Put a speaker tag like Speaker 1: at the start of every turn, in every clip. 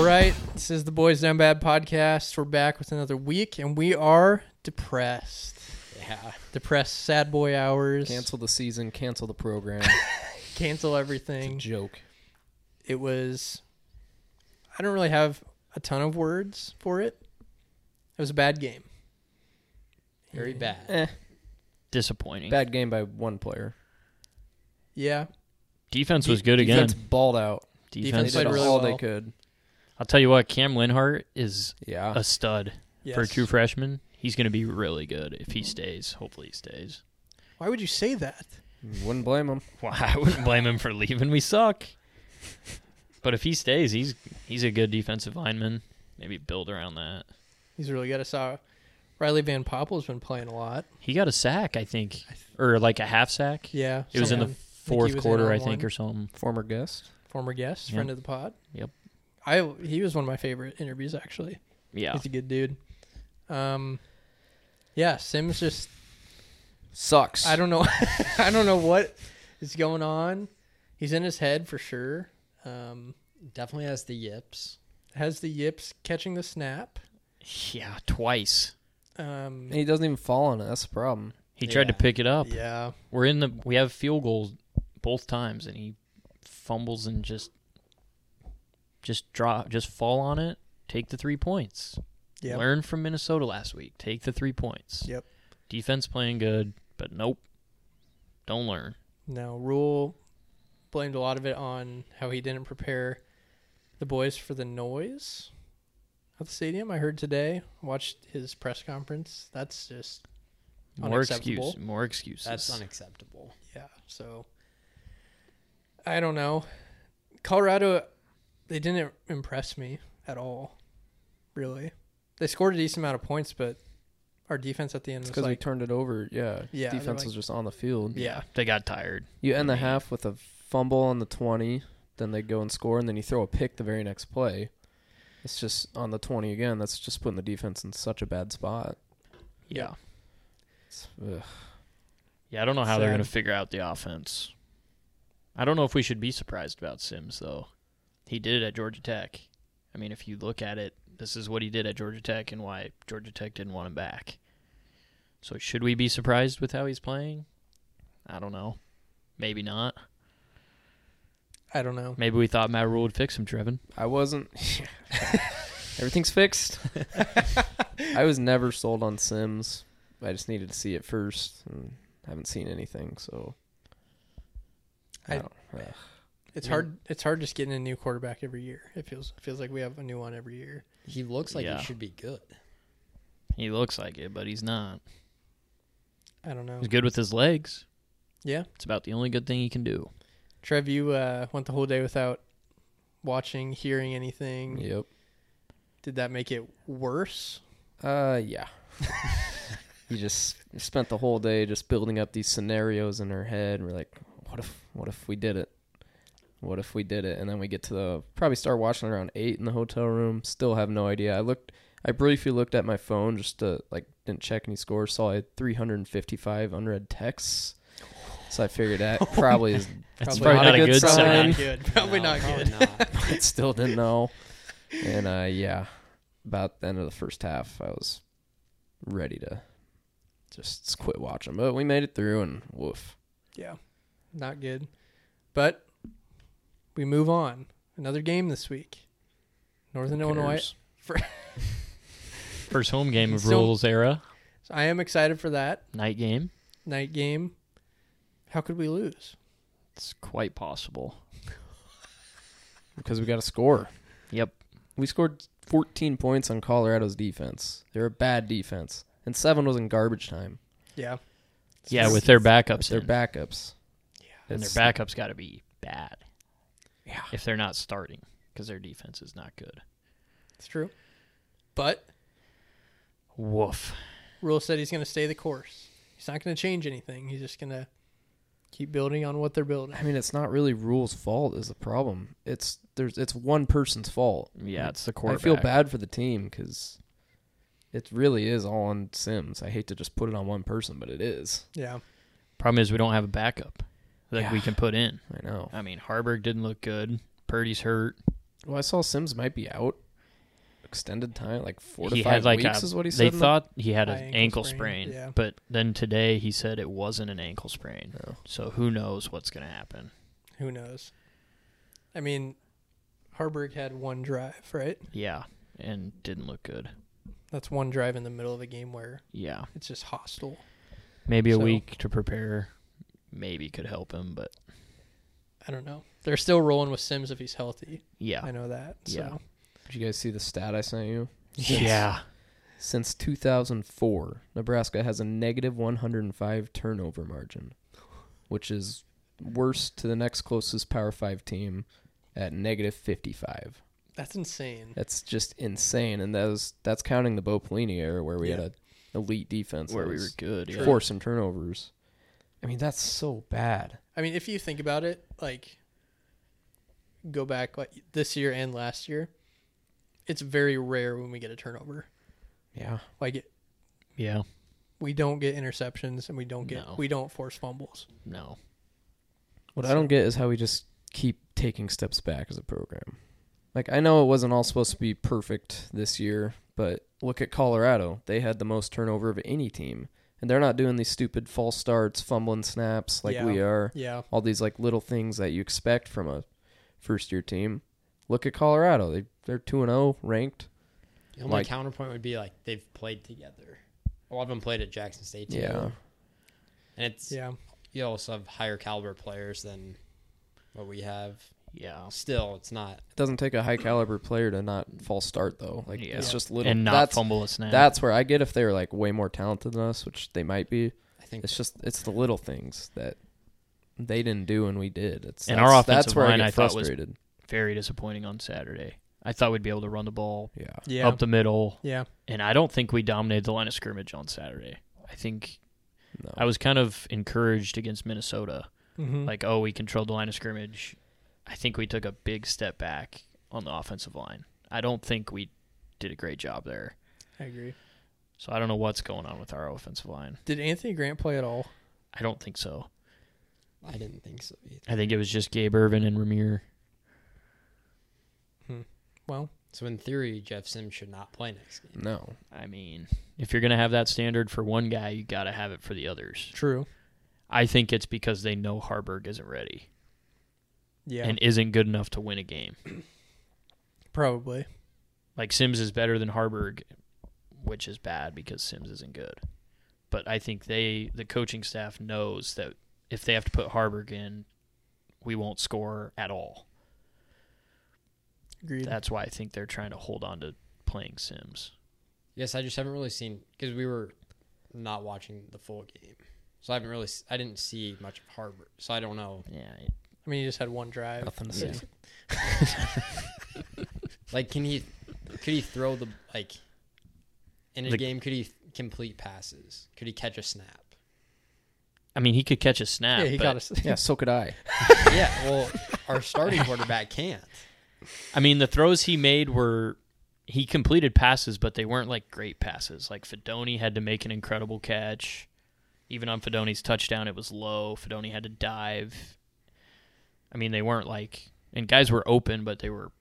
Speaker 1: right. This is the Boys Down Bad podcast. We're back with another week, and we are depressed.
Speaker 2: Yeah.
Speaker 1: Depressed, sad boy hours.
Speaker 2: Cancel the season, cancel the program.
Speaker 1: Cancel everything.
Speaker 2: Joke.
Speaker 1: it was I don't really have a ton of words for it. It was a bad game.
Speaker 3: Very bad.
Speaker 2: Eh,
Speaker 3: Disappointing.
Speaker 2: bad game by one player.
Speaker 1: Yeah.
Speaker 3: Defense was good again.
Speaker 2: Defense balled out.
Speaker 1: defense
Speaker 3: Defense.
Speaker 2: they
Speaker 1: played
Speaker 2: did
Speaker 1: really
Speaker 2: all
Speaker 1: well.
Speaker 2: they could.
Speaker 3: I'll tell you what, Cam Linhart is
Speaker 2: Yeah.
Speaker 3: a stud
Speaker 1: Yes.
Speaker 3: for a true freshman. He's going to be really good if he stays. Hopefully, he stays.
Speaker 1: Why would you say that?
Speaker 2: Wouldn't blame them.
Speaker 3: Well, I wouldn't blame him for leaving. We suck. But if he stays, he's he's a good defensive lineman. Maybe build around that.
Speaker 1: He's really good. I saw Riley Van Poppel's been playing a lot.
Speaker 3: He got a sack, I think, or like a half sack.
Speaker 1: Yeah.
Speaker 3: It was in the
Speaker 1: someone- I think he was
Speaker 3: fourth
Speaker 1: in
Speaker 3: quarter,
Speaker 1: on
Speaker 3: I think,
Speaker 1: one.
Speaker 3: or something.
Speaker 2: Former guest.
Speaker 1: former guest,
Speaker 3: Yeah.
Speaker 1: friend of the pod.
Speaker 3: Yep.
Speaker 1: I he was one of my favorite interviews actually.
Speaker 3: Yeah.
Speaker 1: He's a good dude. Um yeah, Sims just
Speaker 2: Sucks.
Speaker 1: I don't know. I don't know what is going on. He's in his head for sure. Um,
Speaker 4: Definitely has the yips.
Speaker 1: has the yips catching the snap.
Speaker 3: Yeah, twice.
Speaker 1: Um,
Speaker 2: He doesn't even fall on it. That's the problem.
Speaker 3: He tried to
Speaker 4: Yeah.
Speaker 3: pick it up.
Speaker 1: yeah,
Speaker 3: We're in the we have field goals both times and he fumbles and just just drop just fall on it, take the 3 points.
Speaker 1: yeah.
Speaker 3: Learn from Minnesota last week. Take the 3 points.
Speaker 1: Yep.
Speaker 3: Defense playing good, but nope. Don't learn.
Speaker 1: No, Rule blamed a lot of it on how he didn't prepare the boys for the noise at the stadium. I heard today, watched his press conference. That's just
Speaker 3: More excuse,
Speaker 1: Unacceptable.
Speaker 3: more excuses.
Speaker 4: That's unacceptable.
Speaker 1: yeah. So I don't know. Colorado, they didn't impress me at all. Really, they scored a decent amount of points, but our defense at the end was
Speaker 2: It's because we
Speaker 1: like,
Speaker 2: turned it over. Yeah.
Speaker 1: Yeah, they're
Speaker 2: Defense
Speaker 1: like-
Speaker 2: was just on the field.
Speaker 1: yeah,
Speaker 3: they got tired.
Speaker 2: You end the
Speaker 3: I mean-
Speaker 2: half with a fumble on the 20, then they go and score, and then you throw a pick the very next play. It's just on the 20 again. That's just putting the defense in such a bad spot.
Speaker 3: Yeah.
Speaker 2: It's, uh, ugh.
Speaker 3: Yeah, I don't know how they're
Speaker 1: Sad.
Speaker 3: going to figure out the offense. I don't know if we should be surprised about Sims though. He did it at Georgia Tech. I mean, if you look at it, this is what he did at Georgia Tech and why Georgia Tech didn't want him back. So should we be surprised with how he's playing? I don't know. Maybe not.
Speaker 1: I don't know.
Speaker 3: Maybe we thought Matt Rule would fix him, Trevin.
Speaker 2: I wasn't. Everything's fixed. I was never sold on Sims. I just needed to see it first, and I haven't seen anything. So I,
Speaker 1: I-
Speaker 2: don't. ugh.
Speaker 1: It's
Speaker 4: Yeah.
Speaker 1: hard. It's hard just getting a new quarterback every year. It feels it feels like we have a new one every year.
Speaker 4: He looks like
Speaker 3: Yeah.
Speaker 4: he should be good.
Speaker 3: He looks like it, but he's not.
Speaker 1: I don't know.
Speaker 3: He's good with his legs.
Speaker 1: Yeah,
Speaker 3: It's about the only good thing he can do.
Speaker 1: Trev, you uh, went the whole day without watching, hearing anything.
Speaker 2: Yep.
Speaker 1: Did that make it worse?
Speaker 2: Uh, yeah. you just spent the whole day just building up these scenarios in her head, and we're like, "What if? What if we did it? What if we did it?" And then we get to the probably start watching around eight in the hotel room. Still have no idea. I looked. I briefly looked at my phone just to like didn't check any scores. Saw I had 355 unread texts, so I figured that probably is.
Speaker 3: That's
Speaker 1: Probably
Speaker 3: probably,
Speaker 1: not
Speaker 3: not,
Speaker 2: a
Speaker 3: a
Speaker 2: good
Speaker 3: good
Speaker 1: Probably
Speaker 3: sign.
Speaker 1: not good. Probably
Speaker 4: No,
Speaker 1: not
Speaker 4: probably
Speaker 1: good.
Speaker 4: not.
Speaker 2: Still didn't know. And uh, yeah, about the end of the first half, I was ready to just quit watching. But we made it through, and woof.
Speaker 1: Yeah, not good. But we move on. Another game this week. Northern
Speaker 2: Who
Speaker 1: Illinois.
Speaker 2: cares?
Speaker 3: First home game of
Speaker 1: So-
Speaker 3: Rule's era.
Speaker 1: So I am excited for that
Speaker 3: Night game.
Speaker 1: night game. How could we lose?
Speaker 3: It's quite possible.
Speaker 2: because we got to score.
Speaker 3: Yep.
Speaker 2: We scored 14 points on Colorado's defense. They're a bad defense, and seven was in garbage time.
Speaker 1: Yeah,
Speaker 3: Yeah, with their backups.
Speaker 2: Their
Speaker 3: in.
Speaker 2: backups.
Speaker 1: Yeah.
Speaker 3: And their
Speaker 2: It's-
Speaker 3: backup's got to be bad.
Speaker 2: Yeah.
Speaker 3: If they're not starting, because their defense is not good.
Speaker 1: it's true. But
Speaker 3: Woof.
Speaker 1: Rule said he's going to stay the course. He's not going to change anything. He's just going to keep building on what they're building.
Speaker 2: I mean, it's not really Rule's fault is the problem. It's there's it's one person's fault.
Speaker 3: Yeah, it's the
Speaker 2: I
Speaker 3: quarterback.
Speaker 2: feel bad for the team because it really is all on Sims. I hate to just put it on one person, but it is.
Speaker 1: Yeah.
Speaker 3: Problem is, we don't have a backup that we
Speaker 2: Yeah.
Speaker 3: can put in.
Speaker 2: I know.
Speaker 3: I mean, Harburg didn't look good. Purdy's hurt.
Speaker 2: Well, I saw Sims might be out extended time, like four to
Speaker 3: He
Speaker 2: five
Speaker 3: had, like,
Speaker 2: weeks,
Speaker 3: a-
Speaker 2: is what he said.
Speaker 3: They
Speaker 2: in the-
Speaker 3: thought he had an
Speaker 1: High
Speaker 3: ankle,
Speaker 1: ankle
Speaker 3: sprain,
Speaker 1: sprain, yeah.
Speaker 3: but then today he said it wasn't an ankle sprain.
Speaker 2: Oh.
Speaker 3: So who knows what's going to happen?
Speaker 1: Who knows? I mean, Harburg had one drive, right?
Speaker 3: Yeah, and didn't look good.
Speaker 1: That's one drive in the middle of a game where
Speaker 3: Yeah,
Speaker 1: it's just hostile.
Speaker 3: maybe a
Speaker 1: So-
Speaker 3: week to prepare, maybe could help him. But
Speaker 1: I don't know. They're still rolling with Sims if he's healthy.
Speaker 3: yeah,
Speaker 1: I know that. So.
Speaker 3: Yeah.
Speaker 2: Did you guys see the stat I sent you?
Speaker 3: yeah,
Speaker 2: Since 2004, Nebraska has a negative 105 turnover margin, which is worse to the next closest Power 5 team at negative 55.
Speaker 1: That's insane.
Speaker 2: That's just insane. And that was, that's counting the Bo Pelini era where we
Speaker 1: Yeah.
Speaker 2: had a elite defense
Speaker 3: where
Speaker 2: that
Speaker 3: we were
Speaker 2: was
Speaker 3: good. Yeah.
Speaker 2: forcing turnovers. I mean, that's so bad.
Speaker 1: I mean, if you think about it, like go back like this year and last year, it's very rare when we get a turnover.
Speaker 2: Yeah.
Speaker 1: Like it,
Speaker 3: yeah,
Speaker 1: we don't get interceptions and we don't get
Speaker 3: No.
Speaker 1: we don't force fumbles.
Speaker 3: no,
Speaker 2: What I don't get is how we just keep taking steps back as a program. Like I know it wasn't all supposed to be perfect this year, but look at Colorado. They had the most turnover of any team, and they're not doing these stupid false starts, fumbling snaps like
Speaker 1: Yeah.
Speaker 2: we are.
Speaker 1: Yeah.
Speaker 2: All these like little things that you expect from a first year team. Look at Colorado. They they're 2 and 0 ranked.
Speaker 4: The only
Speaker 2: Like-
Speaker 4: counterpoint would be like they've played together. A lot of them played at Jackson State
Speaker 2: Yeah.
Speaker 4: together. And it's
Speaker 1: Yeah.
Speaker 4: you also have higher caliber players than what we have.
Speaker 3: yeah.
Speaker 4: Still, it's not
Speaker 2: It doesn't take a high caliber player to not false start though. Like
Speaker 3: Yeah.
Speaker 2: it's just little
Speaker 3: and not
Speaker 2: that's
Speaker 3: fumble a snap.
Speaker 2: that's where I get if they're like way more talented than us, which they might be.
Speaker 4: I think
Speaker 2: It's just it's the little things that they didn't do and we did. It's
Speaker 3: And
Speaker 2: that's-
Speaker 3: our offensive
Speaker 2: that's where
Speaker 3: line,
Speaker 2: I
Speaker 3: I
Speaker 2: get
Speaker 3: thought, was-
Speaker 2: frustrated.
Speaker 3: very disappointing on Saturday. I thought we'd be able to run the ball
Speaker 2: yeah,
Speaker 1: Yeah.
Speaker 3: up the middle,
Speaker 1: yeah.
Speaker 3: and I don't think we dominated the line of scrimmage on Saturday. I think
Speaker 2: no.
Speaker 3: I was kind of encouraged against Minnesota.
Speaker 1: Mm-hmm.
Speaker 3: Like, oh, we controlled the line of scrimmage. I think we took a big step back on the offensive line. I don't think we did a great job there.
Speaker 1: I agree.
Speaker 3: So I don't know what's going on with our offensive line.
Speaker 1: Did Anthony Grant play at all?
Speaker 3: I don't think so.
Speaker 4: I didn't think so either.
Speaker 3: I think it was just Gabe Irvin and Ramir.
Speaker 1: Well,
Speaker 4: So in theory, Jeff Sims should not play next game.
Speaker 2: no,
Speaker 3: I mean, if you're going to have that standard for one guy, you got to have it for the others.
Speaker 1: true.
Speaker 3: I think it's because they know Harburg isn't ready
Speaker 1: Yeah.
Speaker 3: and isn't good enough to win a game.
Speaker 1: probably.
Speaker 3: Like Sims is better than Harburg, which is bad because Sims isn't good. But I think they, the coaching staff, knows that if they have to put Harburg in, we won't score at all.
Speaker 1: Agreed.
Speaker 3: That's why I think they're trying to hold on to playing Sims.
Speaker 4: Yes, I just haven't really seen because we were not watching the full game, so I haven't really s- I didn't see much of Harvard, so I don't know.
Speaker 3: Yeah,
Speaker 1: I mean, you just had one drive.
Speaker 2: nothing to
Speaker 3: Yeah.
Speaker 2: say.
Speaker 4: Like, can he could he throw the like in a
Speaker 3: The-
Speaker 4: game? Could he th- complete passes? Could he catch a snap?
Speaker 3: I mean he could catch a snap.
Speaker 1: Yeah, he
Speaker 3: but,
Speaker 1: got us.
Speaker 2: Yeah, so could I.
Speaker 4: yeah, well, our starting quarterback can't.
Speaker 3: I mean the throws he made were he completed passes, but they weren't like great passes. Like Fedoni had to make an incredible catch. Even on Fedoni's touchdown, it was low. Fedoni had to dive. I mean, they weren't like and guys were open, but they were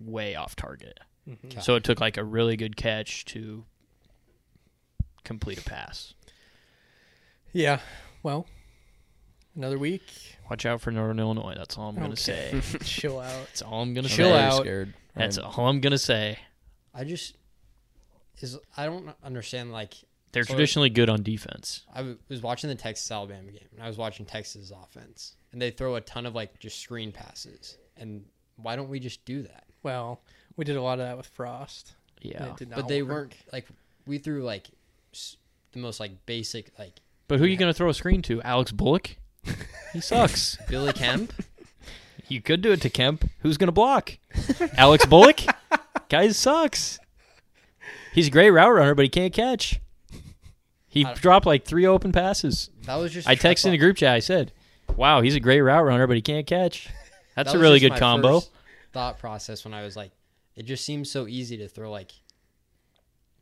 Speaker 3: way off target.
Speaker 1: Mhm.
Speaker 4: Okay.
Speaker 3: So it took like a really good catch to complete a pass.
Speaker 1: Yeah. Well, another week.
Speaker 3: Watch out for Northern Illinois. That's all I'm gonna say.
Speaker 1: Chill out.
Speaker 3: That's all I'm gonna
Speaker 1: Chill
Speaker 3: say.
Speaker 2: very
Speaker 1: out.
Speaker 2: Scared.
Speaker 3: That's
Speaker 2: I'm-
Speaker 3: all I'm gonna say.
Speaker 4: I just is I don't understand. Like,
Speaker 3: They're
Speaker 4: So-
Speaker 3: traditionally good on defense.
Speaker 4: I w- was watching the Texas Alabama game, and I was watching Texas offense, and they throw a ton of like just screen passes, and why don't we just do that?
Speaker 1: Well, we did a lot of that with Frost. and
Speaker 3: Yeah.
Speaker 1: it did not
Speaker 4: but they
Speaker 1: work.
Speaker 4: weren't like we threw like s- the most like basic like
Speaker 3: But who are you gonna throw a screen to? Alex Bullock? He sucks.
Speaker 4: Billy Kemp.
Speaker 3: you could do it to Kemp. Who's gonna block? Alex Bullock? Guy sucks. He's a great route runner, but he can't catch. He
Speaker 4: I-
Speaker 3: dropped like three open passes.
Speaker 4: That was just
Speaker 3: I texted in the group chat. I said, "Wow, he's a great route runner, but he can't catch."
Speaker 4: That
Speaker 3: That's a
Speaker 4: was
Speaker 3: really
Speaker 4: just
Speaker 3: good
Speaker 4: my
Speaker 3: combo.
Speaker 4: first Thought process when I was like, it just seems so easy to throw like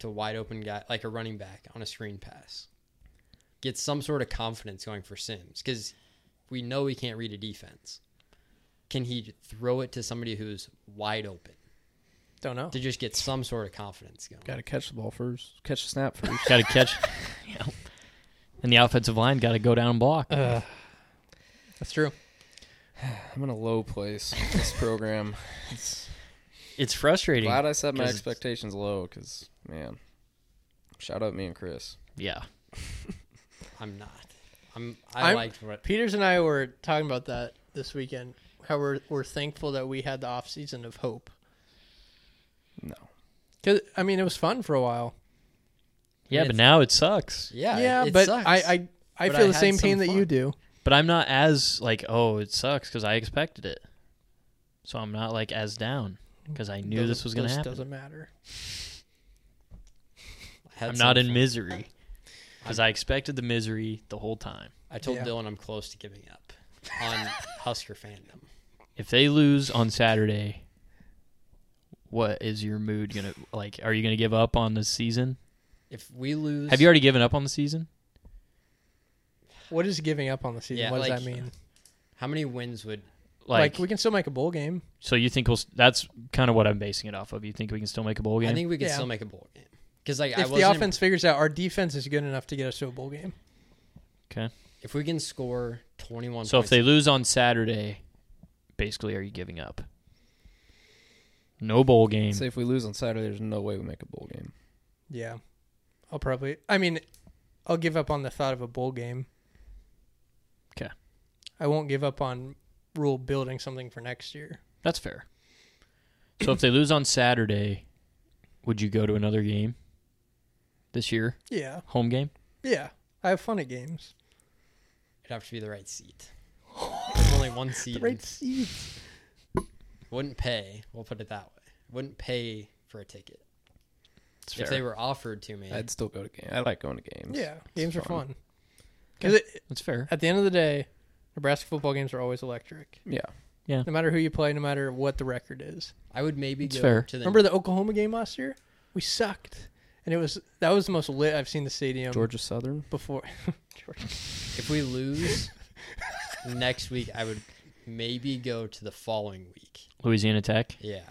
Speaker 4: to wide open guy like a running back on a screen pass. Get some sort of confidence going for Sims because we know he can't read a defense. Can he throw it to somebody who's wide open
Speaker 1: Don't know.
Speaker 4: to just get some sort of confidence going?
Speaker 2: Got to catch the ball first. Catch the snap first.
Speaker 3: Got to catch. yeah. And the offensive line got to go down and block.
Speaker 1: Uh, that's true.
Speaker 2: I'm in a low place with this program. It's
Speaker 3: it's frustrating.
Speaker 2: glad I set my
Speaker 3: 'cause it's-
Speaker 2: expectations low because, man, shout out me and Chris.
Speaker 3: yeah.
Speaker 4: I'm not. I'm. I
Speaker 1: I'm-
Speaker 4: liked what.
Speaker 1: Peters and I were talking about that this weekend. How we're we're thankful that we had the off season of hope.
Speaker 2: No.
Speaker 1: Cause I mean, it was fun for a while.
Speaker 3: Yeah,
Speaker 4: mean,
Speaker 3: but
Speaker 4: it's-
Speaker 3: now it sucks.
Speaker 4: Yeah.
Speaker 1: yeah,
Speaker 4: it
Speaker 1: but
Speaker 4: sucks.
Speaker 1: I I, I feel
Speaker 4: But I
Speaker 1: the
Speaker 4: had
Speaker 1: same
Speaker 4: some
Speaker 1: pain that you
Speaker 4: fun.
Speaker 1: do.
Speaker 3: But I'm not as like, oh, it sucks because I expected it. So I'm not like as down because I knew this
Speaker 1: Doesn't-
Speaker 3: was going to
Speaker 1: this
Speaker 3: happen.
Speaker 1: Doesn't matter.
Speaker 4: had
Speaker 3: I'm
Speaker 4: some
Speaker 3: not in
Speaker 4: fun.
Speaker 3: misery because I expected the misery the whole time.
Speaker 4: I told
Speaker 1: Yeah.
Speaker 4: Dylan I'm close to giving up on Husker fandom.
Speaker 3: If they lose on Saturday, what is your mood gonna like? Are you gonna give up on the season?
Speaker 4: If we lose,
Speaker 3: Have you already given up on the season?
Speaker 1: What is giving up on the season?
Speaker 4: Yeah,
Speaker 1: what does
Speaker 4: like-
Speaker 1: that mean?
Speaker 4: How many wins would?
Speaker 1: Like,
Speaker 3: Like,
Speaker 1: we can still make a bowl game.
Speaker 3: so you think we'll? s- That's kind of what I'm basing it off of. You think we can still make a bowl game?
Speaker 4: I think we could
Speaker 1: Yeah.
Speaker 4: still make a bowl game because like I
Speaker 1: If the
Speaker 4: wasn't
Speaker 1: offense figures out our defense is good enough to get us to a bowl game,
Speaker 3: okay.
Speaker 4: if we can score 21.
Speaker 3: So if
Speaker 4: points-
Speaker 3: they lose on Saturday, basically, are you giving up? No bowl game.
Speaker 2: Say if we lose on Saturday, there's no way we make a bowl game.
Speaker 1: yeah, I'll probably. I mean, I'll give up on the thought of a bowl game.
Speaker 3: 'Kay.
Speaker 1: I won't give up on rule building something for next year.
Speaker 3: That's fair. So if they lose on Saturday, would you go to another game this year?
Speaker 1: Yeah,
Speaker 3: Home game?
Speaker 1: yeah. I have fun at games.
Speaker 4: it'd have to be the right seat. There's only one
Speaker 1: The
Speaker 4: seat.
Speaker 1: right seats.
Speaker 4: Wouldn't pay. We'll put it that way. Wouldn't pay for a ticket
Speaker 3: It's
Speaker 4: if they were offered to me.
Speaker 2: I'd still go to games. I like going to games.
Speaker 1: Yeah, games are
Speaker 2: fun.
Speaker 1: fun. Because
Speaker 3: That's fair.
Speaker 1: at the end of the day, Nebraska football games are always electric.
Speaker 2: Yeah.
Speaker 1: No matter who you play, no matter what the record is.
Speaker 4: I would maybe
Speaker 3: It's
Speaker 4: go
Speaker 3: fair.
Speaker 4: to the
Speaker 1: Remember the Oklahoma game last year? We sucked, and it was that was the most lit I've seen the
Speaker 3: Um,
Speaker 1: stadium
Speaker 2: Georgia Southern.
Speaker 1: before. Georgia.
Speaker 4: if we lose next week. I would maybe go to the following week.
Speaker 3: Louisiana Tech.
Speaker 4: Yeah,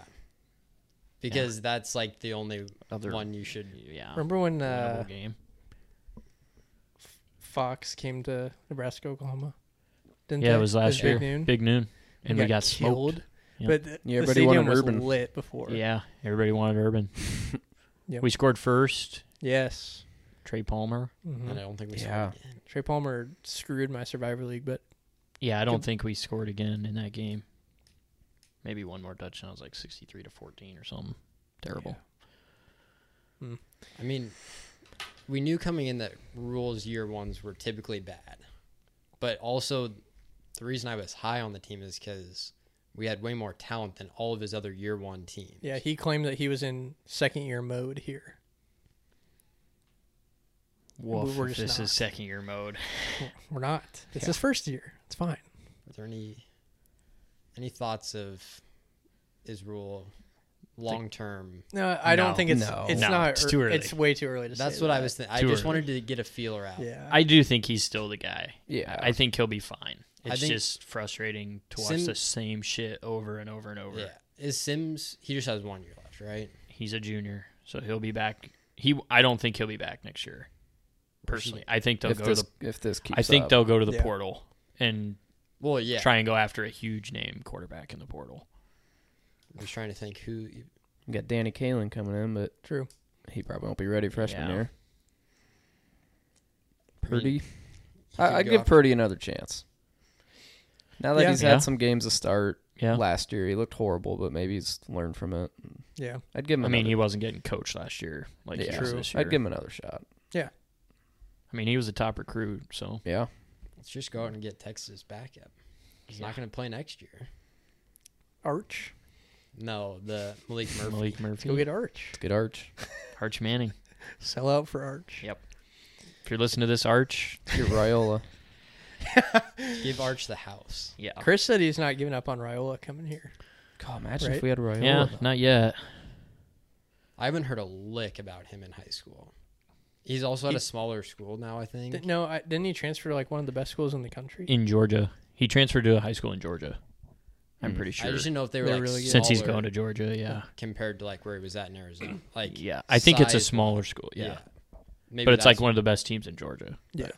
Speaker 4: because that's like the only
Speaker 3: Other
Speaker 4: one you should.
Speaker 3: Yeah.
Speaker 1: Remember when
Speaker 3: another
Speaker 1: uh,
Speaker 3: bowl game.
Speaker 1: Fox came to Nebraska, Oklahoma? Didn't
Speaker 3: Yeah, it
Speaker 1: they?
Speaker 3: was last year.
Speaker 1: Big noon.
Speaker 3: Big noon. And we got, smoked.
Speaker 1: killed.
Speaker 3: Yeah.
Speaker 1: But th-
Speaker 2: Yeah,
Speaker 1: the
Speaker 2: everybody wanted
Speaker 1: stadium was
Speaker 2: Urban.
Speaker 1: lit before.
Speaker 3: Yeah. Everybody wanted Urban.
Speaker 1: Yep.
Speaker 3: We scored first.
Speaker 1: Yes.
Speaker 3: Trey Palmer.
Speaker 1: Mhm.
Speaker 4: And I don't think we. should
Speaker 2: Yeah.
Speaker 4: again.
Speaker 1: Trey Palmer screwed my Survivor League, but
Speaker 3: Yeah, I don't
Speaker 1: Good.
Speaker 3: think we scored again in that game. Maybe one more touchdown. It was like 63 to 14 or something. Terrible.
Speaker 4: I mean, we knew coming in that rules year ones were typically bad, but also the reason I was high on the team is because we had way more talent than all of his other year one teams.
Speaker 1: yeah, he claimed that he was in second year mode here.
Speaker 3: Woof,
Speaker 1: We're
Speaker 3: if
Speaker 1: just
Speaker 3: this
Speaker 1: not.
Speaker 3: is second year mode.
Speaker 1: We're not. It's his first year. It's fine.
Speaker 4: Are there any any thoughts of his rule long term?
Speaker 1: No, I
Speaker 3: No.
Speaker 1: don't think it's
Speaker 2: No.
Speaker 1: it's
Speaker 3: No,
Speaker 1: not.
Speaker 3: it's
Speaker 1: ear-
Speaker 3: too early.
Speaker 1: It's way too early to say.
Speaker 4: That's what I
Speaker 1: that.
Speaker 4: was thinking. I
Speaker 3: Too
Speaker 4: just
Speaker 3: early.
Speaker 4: wanted to get a feeler out.
Speaker 1: Yeah,
Speaker 3: I do think he's still the guy.
Speaker 2: Yeah.
Speaker 3: I think he'll be fine.
Speaker 4: I
Speaker 3: It's
Speaker 4: think-
Speaker 3: just frustrating to watch
Speaker 4: Sim-
Speaker 3: the same shit over and over and over.
Speaker 4: Yeah. Is Sims? He just has one year left, right?
Speaker 3: He's a junior, so he'll be back. He, I don't think he'll be back next year. Personally, I think they'll
Speaker 2: if
Speaker 3: go
Speaker 2: this
Speaker 3: to the.
Speaker 2: if this keeps
Speaker 3: I think
Speaker 2: up.
Speaker 3: they'll go to the
Speaker 1: Yeah.
Speaker 3: portal and
Speaker 4: Well, yeah.
Speaker 3: try and go after a huge name quarterback in the portal.
Speaker 4: I'm just trying to think who.
Speaker 2: we got Danny Kalen coming in, but
Speaker 1: true.
Speaker 2: he probably won't be ready freshman
Speaker 3: Yeah.
Speaker 2: year.
Speaker 4: I mean,
Speaker 2: Purdy,
Speaker 4: could
Speaker 2: I, I'd
Speaker 4: go
Speaker 2: give
Speaker 4: after-
Speaker 2: Purdy another chance. Now that
Speaker 1: Yeah.
Speaker 2: he's
Speaker 3: Yeah.
Speaker 2: had some games to start
Speaker 3: Yeah,
Speaker 2: last year, he looked horrible, but maybe he's learned from it.
Speaker 1: Yeah,
Speaker 2: I'd give him.
Speaker 3: I mean he
Speaker 2: another-
Speaker 3: wasn't getting coached last year like he
Speaker 2: Yeah.
Speaker 3: was
Speaker 1: True.
Speaker 3: this year.
Speaker 2: I'd give him another shot.
Speaker 3: I mean he was a top recruit, so
Speaker 2: Yeah,
Speaker 4: Let's just go out and get Texas backup. He's
Speaker 3: Yeah.
Speaker 4: not going to play next year.
Speaker 1: Arch.
Speaker 4: No, the Malik Murphy.
Speaker 3: Malik
Speaker 1: Let's go
Speaker 3: Murphy,
Speaker 1: get Arch.
Speaker 2: good arch.
Speaker 3: Arch Manning.
Speaker 1: Sell out for Arch.
Speaker 3: Yep. If you're listening to this, Arch,
Speaker 2: Get Raiola.
Speaker 4: Give Arch the house.
Speaker 3: yeah,
Speaker 1: Chris said he's not giving up on Raiola coming here.
Speaker 2: God, imagine if
Speaker 1: Right?
Speaker 2: we had Raiola.
Speaker 3: yeah,
Speaker 2: though.
Speaker 3: not yet.
Speaker 4: I haven't heard a lick about him in high school. He's also at
Speaker 1: He-
Speaker 4: a smaller school now, I think.
Speaker 1: Did, no, I, didn't he transfer to like one of the best schools in the country?
Speaker 3: in Georgia. He transferred to a high school in Georgia. I'm pretty sure.
Speaker 4: I just didn't know if they were
Speaker 1: They're
Speaker 4: like
Speaker 1: really good.
Speaker 3: Since he's
Speaker 4: smaller
Speaker 3: going to Georgia, yeah.
Speaker 4: compared to like where he was at in Arizona. Like
Speaker 3: Yeah. I think it's a
Speaker 4: size-
Speaker 3: smaller school, yeah.
Speaker 4: Maybe
Speaker 3: But it's like
Speaker 4: that's-
Speaker 3: one of the best teams in Georgia.
Speaker 1: Yeah.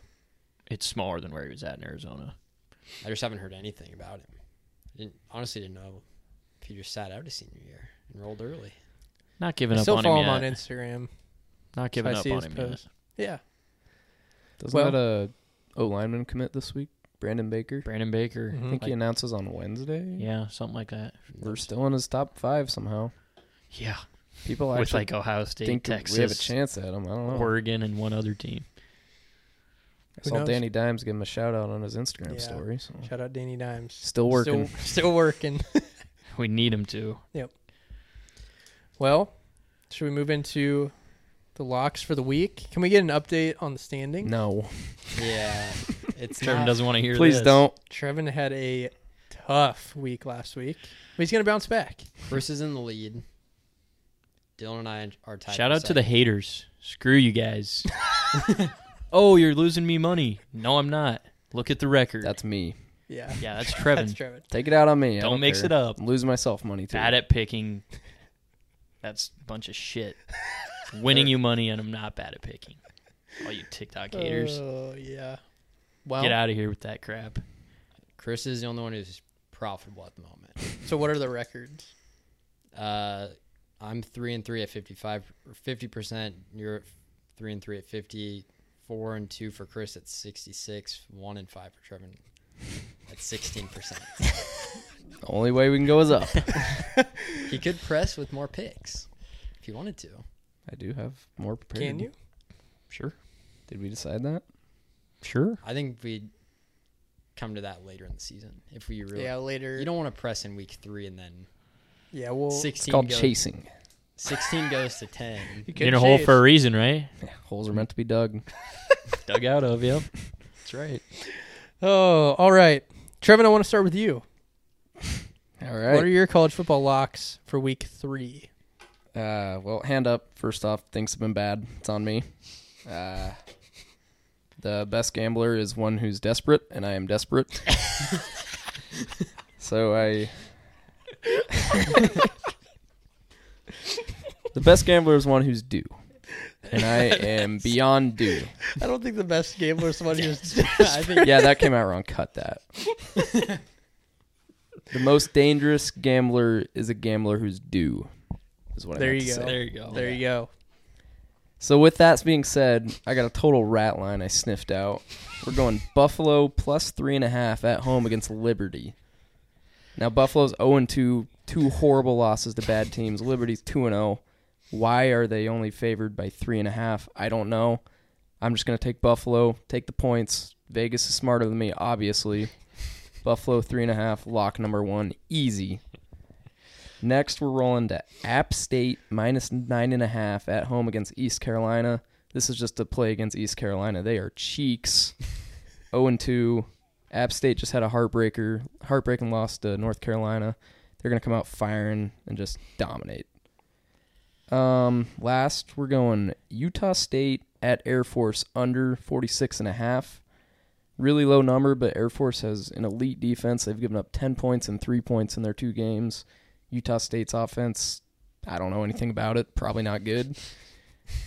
Speaker 3: It's smaller than where he was at in Arizona.
Speaker 4: I just haven't heard anything about him. I didn't, honestly didn't know if he just sat out his senior year, enrolled early.
Speaker 3: Not giving
Speaker 1: I
Speaker 3: up
Speaker 1: still
Speaker 3: on him
Speaker 1: follow
Speaker 3: yet.
Speaker 1: him, on Instagram.
Speaker 3: Not giving
Speaker 1: I
Speaker 3: up
Speaker 1: see
Speaker 3: on
Speaker 1: his
Speaker 3: him
Speaker 1: posts.
Speaker 3: yet.
Speaker 1: Yeah.
Speaker 2: Doesn't
Speaker 1: Well-
Speaker 2: that a O lineman commit this week? Brandon Baker.
Speaker 3: Brandon Baker.
Speaker 1: Mhm.
Speaker 2: I think he
Speaker 3: like-
Speaker 2: announces on Wednesday.
Speaker 3: yeah, something like that.
Speaker 2: We're still in his top five somehow.
Speaker 3: Yeah.
Speaker 2: People
Speaker 3: With
Speaker 2: actually
Speaker 3: like Ohio State,
Speaker 2: think
Speaker 3: Texas,
Speaker 2: we have a chance at him. I don't know.
Speaker 3: Oregon and one other team.
Speaker 2: I
Speaker 1: Who
Speaker 2: saw
Speaker 1: knows?
Speaker 2: Danny Dimes give him a shout out on his Instagram
Speaker 1: Yeah.
Speaker 2: story. So.
Speaker 1: Shout out Danny Dimes.
Speaker 2: Still working.
Speaker 1: Still, still working.
Speaker 3: We need him to.
Speaker 1: well, should we move into the locks for the week? Can we get an update on the standing?
Speaker 2: No,
Speaker 4: Yeah, it's
Speaker 3: Trevor
Speaker 4: not-
Speaker 3: doesn't want to hear
Speaker 2: please
Speaker 3: this.
Speaker 2: don't.
Speaker 1: Trevin had a tough week last week. But he's going to bounce back.
Speaker 4: Bruce is in the lead. Dylan and I are tied.
Speaker 3: Shout
Speaker 4: for
Speaker 3: out to the
Speaker 4: second.
Speaker 3: haters. Screw you guys. oh, you're losing me money. No, I'm not. Look at the record.
Speaker 2: That's me.
Speaker 1: Yeah.
Speaker 3: yeah, that's Trevin.
Speaker 1: That's Trevin.
Speaker 2: Take it out on me. I
Speaker 3: Don't mix
Speaker 2: care.
Speaker 3: it up.
Speaker 2: I'm losing myself money too.
Speaker 3: bad at picking. That's a bunch of shit. Winning you money, and I'm not bad at picking. All you
Speaker 2: Uh,
Speaker 3: TikTok haters,
Speaker 1: Oh, yeah. Well,
Speaker 3: get out of here with that crap.
Speaker 4: Chris is the only one who's profitable at the moment.
Speaker 1: so what are the records?
Speaker 4: Uh, I'm three and three at 55, 50 percent. You're at three and three at 50, four and two for Chris at 66, one and five for Trevin at 16 percent.
Speaker 2: The only way we can go is up.
Speaker 4: He could press with more picks if he wanted to.
Speaker 2: I do have more prepared.
Speaker 1: Can you?
Speaker 3: Sure,
Speaker 2: Did we decide that?
Speaker 3: sure.
Speaker 4: I think we'd come to that later in the season if we really.
Speaker 1: Yeah, later.
Speaker 4: You don't want to press in week three and then
Speaker 1: yeah, well,
Speaker 4: 16
Speaker 2: It's called
Speaker 4: goes,
Speaker 2: chasing.
Speaker 4: 16 goes to 10.
Speaker 1: you
Speaker 3: You're in a hole for a reason, right?
Speaker 2: Yeah, holes are meant to be dug.
Speaker 3: Dug out of, yep. That's right.
Speaker 1: Oh, all right. Trevin, I want to start with you.
Speaker 2: All right.
Speaker 1: What are your college football locks for week three?
Speaker 2: Uh, well, hand up. First off, things have been bad. It's on me. Uh, the best gambler is one who's desperate, and I am desperate. so I. the best gambler is one who's due, and I am beyond due.
Speaker 1: I don't think the best gambler is somebody who's.
Speaker 4: I think
Speaker 2: Yeah, that came out wrong. Cut that. the most dangerous gambler is a gambler who's due. Is what I
Speaker 1: There
Speaker 2: meant
Speaker 1: you
Speaker 2: to
Speaker 1: go.
Speaker 2: say.
Speaker 1: There
Speaker 3: you go.
Speaker 1: There you go.
Speaker 2: So with that being said, I got a total rat line I sniffed out. We're going Buffalo plus three and a half at home against Liberty. Now Buffalo's 0 2, two horrible losses to bad teams. Liberty's 2 and 0. Why are they only favored by three and a half? I don't know. I'm just gonna take Buffalo, take the points. Vegas is smarter than me, obviously. Buffalo three and a half, lock number one, easy. Next, we're rolling to App State minus nine and a half at home against East Carolina. This is just a play against East Carolina. They are cheeks. 0 and 2. App State just had a heartbreaker, heartbreaking loss to North Carolina. They're going to come out firing and just dominate. Um, last, we're going Utah State at Air Force under 46 and a half. Really low number, but Air Force has an elite defense. They've given up 10 points and 3 points in their two games. Utah State's offense, I don't know anything about it. Probably not good.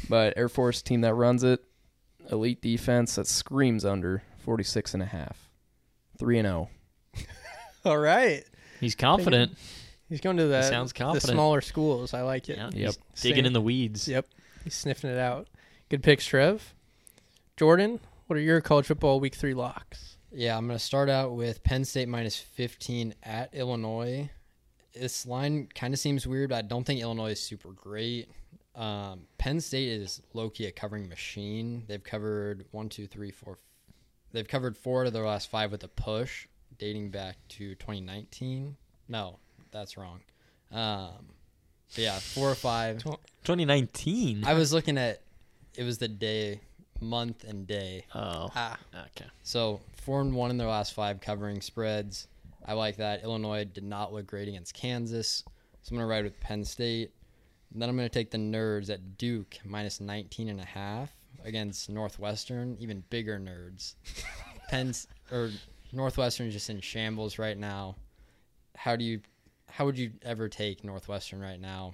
Speaker 2: But Air Force team that runs it, elite defense that screams under 46 and a half. 3 and oh. 0.
Speaker 1: All right.
Speaker 3: He's confident.
Speaker 1: He's going to the,
Speaker 3: He sounds
Speaker 1: the
Speaker 3: confident.
Speaker 1: smaller schools. I like it.
Speaker 3: Yeah,
Speaker 2: Yep.
Speaker 3: he's digging in the weeds.
Speaker 1: Yep. He's sniffing it out. Good picks, Trev. Jordan, what are your college football week three locks?
Speaker 4: Yeah, I'm going to start out with Penn State minus 15 at Illinois. This line kind of seems weird. I don't think Illinois is super great. Um, Penn State is low key a covering machine. They've covered one, two, three, four. They've covered four out of their last five with a push dating back to 2019. No, that's wrong. Um, but yeah, four or five.
Speaker 3: 2019.
Speaker 4: I was looking at it was the day, month, and day.
Speaker 3: oh,
Speaker 1: Ah,
Speaker 3: okay.
Speaker 4: So four and one in their last five covering spreads. I like that. Illinois did not look great against Kansas, so I'm gonna ride with Penn State. And then I'm gonna take the nerds at Duke minus 19 and a half against Northwestern, even bigger nerds. Penn's or Northwestern is just in shambles right now. how do you how would you ever take Northwestern right now?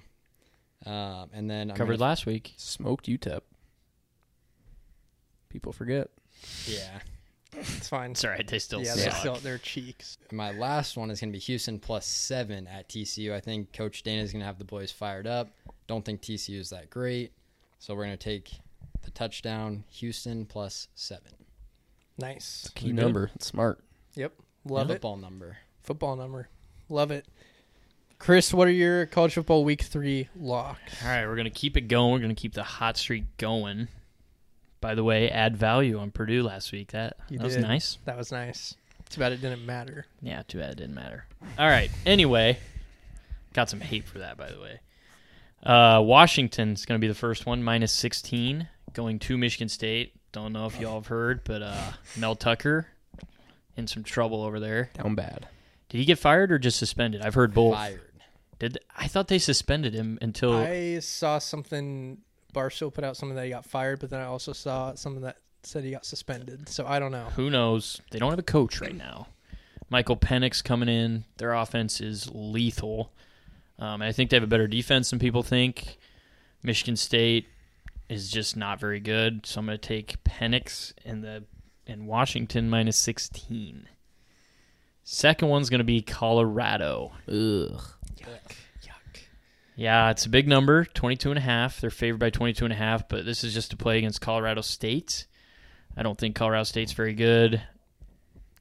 Speaker 4: Um, and then I'm
Speaker 3: Covered
Speaker 4: gonna-
Speaker 3: last week.
Speaker 2: Smoked UTEP. People forget.
Speaker 4: Yeah.
Speaker 1: It's fine.
Speaker 3: Sorry, they still
Speaker 1: yeah,
Speaker 3: suck.
Speaker 1: they still their cheeks.
Speaker 4: My last one is going to be Houston plus seven at TCU. I think Coach Dana is going to have the boys fired up. Don't think TCU is that great, so we're going to take the touchdown Houston plus seven.
Speaker 1: Nice.
Speaker 2: Key number. It's smart.
Speaker 1: Yep. Love it.
Speaker 4: Football number.
Speaker 1: Football number. Love it. Chris, what are your college football week three locks?
Speaker 3: All right, we're gonna keep it going. We're gonna keep the hot streak going. By the way, add value on Purdue last week. That
Speaker 1: You
Speaker 3: that was
Speaker 1: did.
Speaker 3: nice.
Speaker 1: That was nice. Too bad it didn't matter.
Speaker 3: Yeah, too bad it didn't matter. All right. Anyway, got some hate for that, by the way. Uh, Washington's going to be the first one, minus 16, going to Michigan State. Don't know if y'all have heard, but uh, Mel Tucker in some trouble over there.
Speaker 2: Down bad.
Speaker 3: Did he get fired or just suspended? I've heard both.
Speaker 4: Fired.
Speaker 3: Did I thought they suspended him until
Speaker 1: I saw something. Barstool put out something that he got fired, but then I also saw something that said he got suspended. So I don't know.
Speaker 3: who knows? They don't have a coach right now. Michael Penix coming in. Their offense is lethal. Um, and I think they have a better defense than people think. Michigan State is just not very good, so I'm going to take Penix and the and Washington minus 16. Second one's going to be Colorado.
Speaker 2: Ugh.
Speaker 3: Yeah, it's a big number, 22 and a half. They're favored by 22 and a half, but this is just to play against Colorado State. I don't think Colorado State's very good.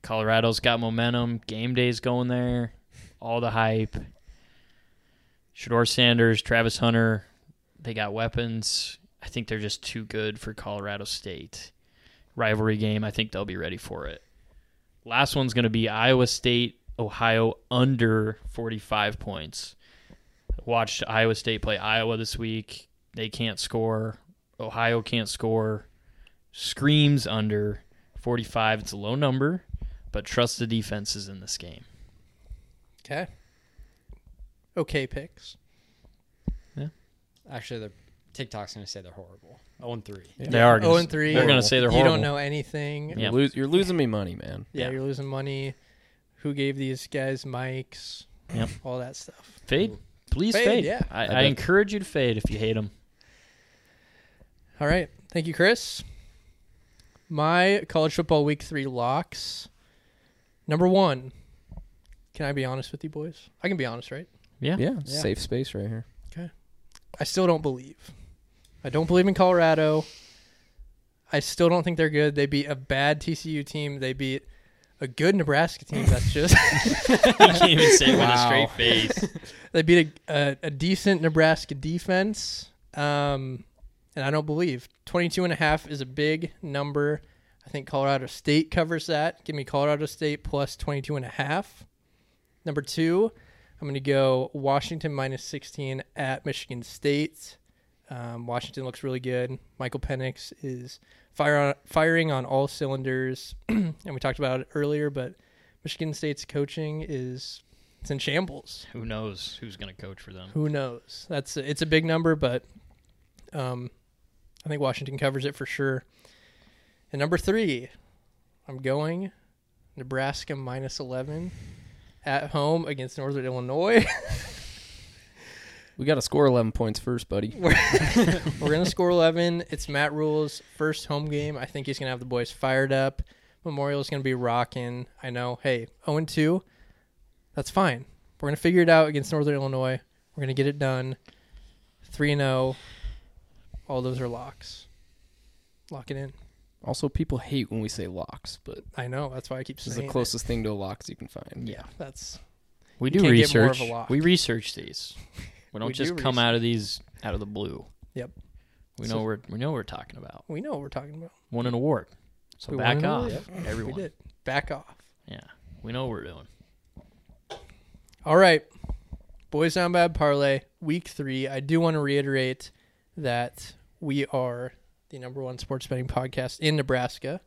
Speaker 3: Colorado's got momentum. Game day's going there. All the hype. Shador Sanders, Travis Hunter, they got weapons. I think they're just too good for Colorado State. Rivalry game, I think they'll be ready for it. Last one's going to be Iowa State, Ohio under 45 points watched Iowa State play Iowa this week. They can't score. Ohio can't score. Screams under 45. It's a low number, but trust the defenses in this game.
Speaker 1: Okay. Okay, picks.
Speaker 4: Actually, the TikTok's going to say they're horrible. Oh and three.
Speaker 3: They are
Speaker 1: Oh and three.
Speaker 3: They're going to say they're
Speaker 1: You
Speaker 3: horrible.
Speaker 1: don't know anything.
Speaker 3: Yeah.
Speaker 2: You're, lose, you're losing me money, man.
Speaker 1: Yeah,
Speaker 3: Yeah.
Speaker 1: you're losing money. Who gave these guys mics?
Speaker 3: Yep.
Speaker 1: All that stuff.
Speaker 3: Fade. Please fade.
Speaker 1: Fade, yeah.
Speaker 3: I,
Speaker 2: I
Speaker 3: I,
Speaker 2: bet.
Speaker 3: encourage you to fade if you hate them.
Speaker 1: All right. Thank you, Chris. My college football week three locks. Number one. Can I be honest with you, boys? I can be honest, right?
Speaker 3: Yeah.
Speaker 2: Yeah, safe space right here.
Speaker 1: I still don't believe. I don't believe in Colorado. I still don't think they're good. They beat a bad TCU team. They beat a good Nebraska team. That's just
Speaker 3: you can't even say with a
Speaker 4: Wow.
Speaker 3: straight face.
Speaker 1: they beat a, a, a decent Nebraska defense. Um, and I don't believe 22 and a half is a big number. I think Colorado State covers that. Give me Colorado State plus 22 and a half. Number two, I'm going to go Washington minus 16 at Michigan State. Um, Washington looks really good. Michael Penix is fire on, firing on all cylinders. and we talked about it earlier, but Michigan State's coaching is it's in shambles.
Speaker 3: Who knows who's going to coach for them?
Speaker 1: Who knows? That's it's a big number, but um, I think Washington covers it for sure. And number three, I'm going Nebraska minus eleven at home against Northern Illinois.
Speaker 2: We got to score 11 points first, buddy.
Speaker 1: We're gonna score eleven. It's Matt Rule's first home game. I think he's gonna have the boys fired up. Memorial's gonna be rocking. I know. Hey, zero and two, that's fine. We're gonna figure it out against Northern Illinois. We're gonna get it done. Three and zero. All those are locks. Lock it in.
Speaker 2: Also, people hate when we say locks, but
Speaker 1: I know. That's why I keep
Speaker 2: this is
Speaker 1: saying
Speaker 2: the
Speaker 1: it.
Speaker 2: closest thing to a locks you can find.
Speaker 3: Yeah.
Speaker 1: That's
Speaker 3: We
Speaker 1: You
Speaker 3: do
Speaker 1: can't get more of
Speaker 3: research.
Speaker 1: a lock.
Speaker 3: We research these. We don't
Speaker 1: We
Speaker 3: just
Speaker 1: do
Speaker 3: come out of these out of the blue.
Speaker 1: Yep.
Speaker 3: We
Speaker 1: So-
Speaker 3: know we're we know what we're talking about.
Speaker 1: we know what we're talking about.
Speaker 3: Won an award. So
Speaker 1: We won
Speaker 3: back
Speaker 1: an
Speaker 3: off,
Speaker 1: award.
Speaker 3: everyone.
Speaker 1: We did. Back off.
Speaker 3: Yeah, we know what we're doing.
Speaker 1: All right. Boys on Bad Parlay, week three. I do want to reiterate that we are the number one sports betting podcast in Nebraska.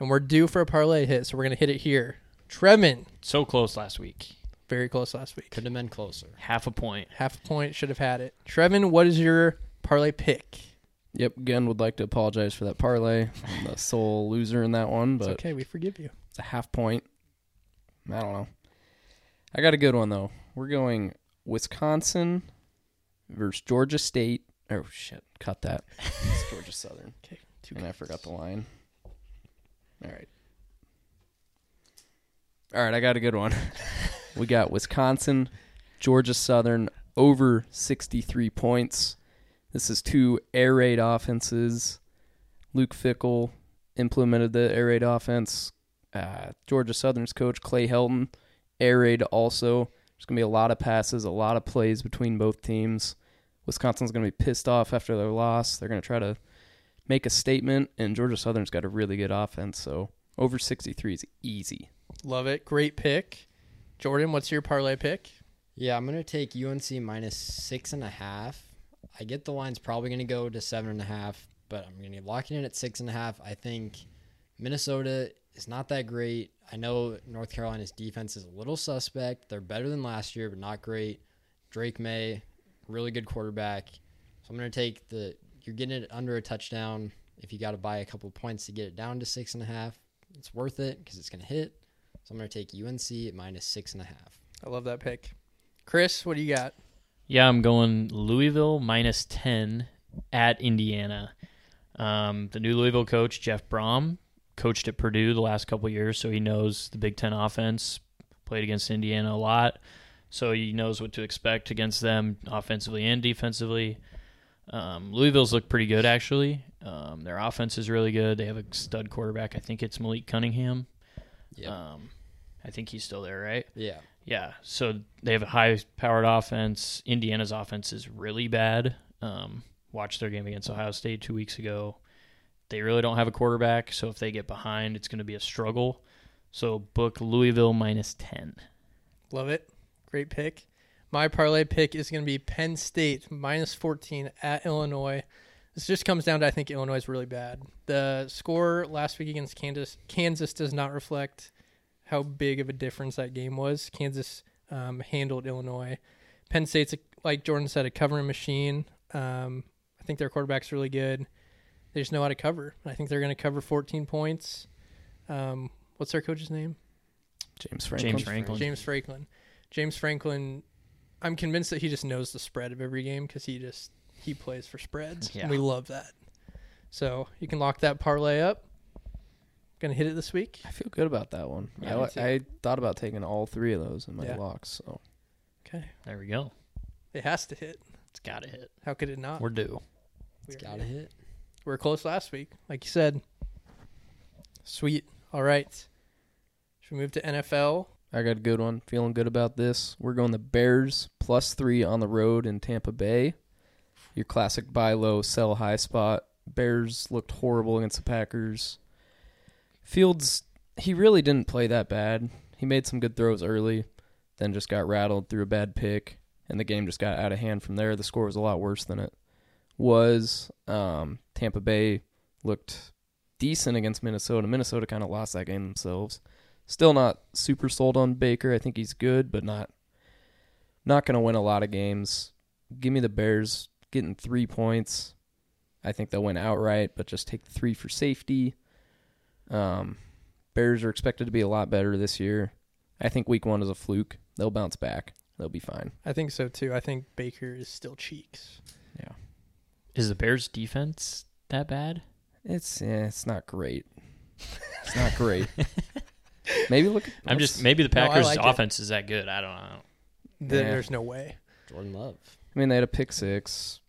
Speaker 1: And we're due for a parlay hit, so we're going to hit it here. Trevin,
Speaker 3: So close last week,
Speaker 1: very close last week.
Speaker 4: Could have been closer.
Speaker 3: half a point.
Speaker 1: Half a point, should have had it. Trevin, what is your parlay pick?
Speaker 2: Yep, again, would like to apologize for that parlay. I'm the sole loser in that one,
Speaker 1: It's
Speaker 2: but
Speaker 1: okay, we forgive you.
Speaker 2: it's a half point. I don't know. I got a good one though. We're going Wisconsin versus Georgia State. Oh shit, cut that. It's Georgia Southern.
Speaker 1: Okay, two
Speaker 2: And I forgot the line. All right. All right, I got a good one. we got Wisconsin, Georgia Southern over 63 points. This is two air raid offenses. Luke Fickle implemented the air raid offense. Uh, Georgia Southern's coach, Clay Helton, air raid also. There's going to be a lot of passes, a lot of plays between both teams. Wisconsin's going to be pissed off after their loss. They're going to try to make a statement, and Georgia Southern's got a really good offense. So over 63 is easy.
Speaker 1: Love it. Great pick. Jordan, what's your parlay pick?
Speaker 4: Yeah, I'm gonna take UNC minus six and a half. I get the line's probably gonna go to seven and a half, but I'm gonna lock it in at six and a half. I think Minnesota is not that great. I know North Carolina's defense is a little suspect. They're better than last year, but not great. Drake May, really good quarterback. So I'm gonna take the you're getting it under a touchdown. If you got to buy a couple points to get it down to six and a half, it's worth it because it's gonna hit. So I'm gonna take UNC at minus six and a half.
Speaker 1: I love that pick. Chris, what do you got?
Speaker 3: Yeah, I'm going Louisville minus 10 at Indiana. Um, the new Louisville coach, Jeff Brom, coached at Purdue the last couple years, so he knows the Big Ten offense, played against Indiana a lot, so he knows what to expect against them offensively and defensively. Um, Louisville's looked pretty good, actually. Um, their offense is really good. They have a stud quarterback. I think it's Malik Cunningham.
Speaker 4: Yep.
Speaker 3: Um, I think he's still there, right?
Speaker 4: Yeah.
Speaker 3: Yeah, so they have a high-powered offense. Indiana's offense is really bad. Um, watched their game against Ohio State two weeks ago. They really don't have a quarterback, so if they get behind, it's going to be a struggle. So book Louisville minus ten.
Speaker 1: Love it. Great pick. My parlay pick is going to be Penn State minus 14 at Illinois. This just comes down to I think Illinois is really bad. The score last week against Kansas Kansas does not reflect how big of a difference that game was. Kansas um, handled Illinois. Penn State's a, like Jordan said, a covering machine. Um, I think their quarterback's really good. They just know how to cover. I think they're going to cover 14 points. Um, what's their coach's name?
Speaker 2: James Franklin.
Speaker 3: James Franklin.
Speaker 1: James Franklin. James Franklin. I'm convinced that he just knows the spread of every game because he just he plays for spreads.
Speaker 3: Yeah.
Speaker 1: And we love that. So you can lock that parlay up. Gonna hit it this week.
Speaker 2: I feel good about that one.
Speaker 1: Yeah,
Speaker 2: I,
Speaker 1: me
Speaker 2: li-
Speaker 1: too.
Speaker 2: I thought about taking all three of those in my
Speaker 1: Yeah.
Speaker 2: locks. So
Speaker 1: Okay,
Speaker 3: There we go.
Speaker 1: it has to hit.
Speaker 3: It's got to hit.
Speaker 1: How could it not?
Speaker 3: We're due.
Speaker 1: We
Speaker 4: It's
Speaker 1: already-
Speaker 4: gotta hit.
Speaker 1: we were close last week, like you said. Sweet. All right. Should we move to NFL?
Speaker 2: I got a good one. Feeling good about this. We're going the Bears plus three on the road in Tampa Bay. Your classic buy low, sell high spot. Bears looked horrible against the Packers. Fields, he really didn't play that bad. He made some good throws early, then just got rattled through a bad pick, and the game just got out of hand from there. The score was a lot worse than it was. Um, Tampa Bay looked decent against Minnesota. Minnesota kind of lost that game themselves still not super sold on Baker. I think he's good, but not not going to win a lot of games. Give me the Bears getting 3 points. I think they'll win outright, but just take 3 for safety. Um Bears are expected to be a lot better this year. I think week 1 is a fluke. They'll bounce back. They'll be fine.
Speaker 1: I think so too. I think Baker is still cheeks.
Speaker 3: Is the Bears defense that bad?
Speaker 2: It's eh, it's not great. It's not great. Maybe look at
Speaker 3: I'm just maybe the
Speaker 1: No, I
Speaker 3: Packers'
Speaker 1: like it.
Speaker 3: offense is that good. I don't know.
Speaker 1: Then
Speaker 2: Yeah.
Speaker 1: There's no way.
Speaker 4: Jordan Love.
Speaker 2: I mean, they had a pick six.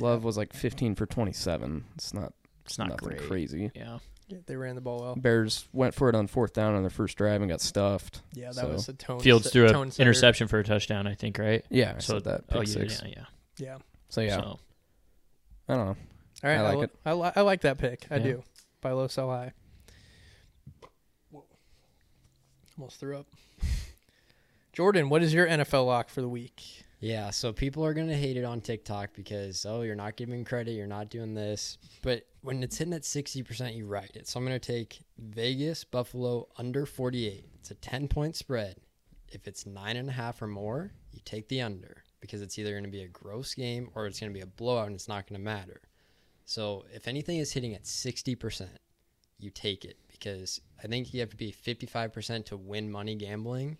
Speaker 2: Love was like 15 for 27. It's not,
Speaker 3: It's not
Speaker 2: nothing
Speaker 3: great.
Speaker 2: crazy.
Speaker 3: Yeah.
Speaker 1: Yeah, they ran the ball well.
Speaker 2: Bears went for it on fourth down on their first drive and got stuffed.
Speaker 1: Yeah, that
Speaker 2: So-
Speaker 1: was a tone.
Speaker 3: Fields
Speaker 1: set-
Speaker 3: threw
Speaker 1: tone
Speaker 3: an
Speaker 1: setter.
Speaker 3: interception for a touchdown, I think, right?
Speaker 2: Yeah, I
Speaker 3: So-
Speaker 2: said that pick
Speaker 3: Oh yeah,
Speaker 2: six.
Speaker 3: yeah, yeah.
Speaker 1: Yeah.
Speaker 2: So yeah,
Speaker 3: So,
Speaker 2: I don't know.
Speaker 1: All right, I
Speaker 2: I like
Speaker 1: li-
Speaker 2: it.
Speaker 1: I, li- I like that pick. I
Speaker 3: Yeah.
Speaker 1: do. Buy low, sell high. Almost threw up. Jordan, what is your NFL lock for the week?
Speaker 4: Yeah, so people are gonna hate it on TikTok because oh, you're not giving credit, you're not doing this. But when it's hitting at sixty percent, you write it. So I'm gonna take Vegas Buffalo under forty eight. It's a ten point spread. If it's nine and a half or more, you take the under because it's either gonna be a gross game or it's gonna be a blowout and it's not gonna matter. So if anything is hitting at sixty percent, you take it because I think you have to be fifty five percent to win money gambling.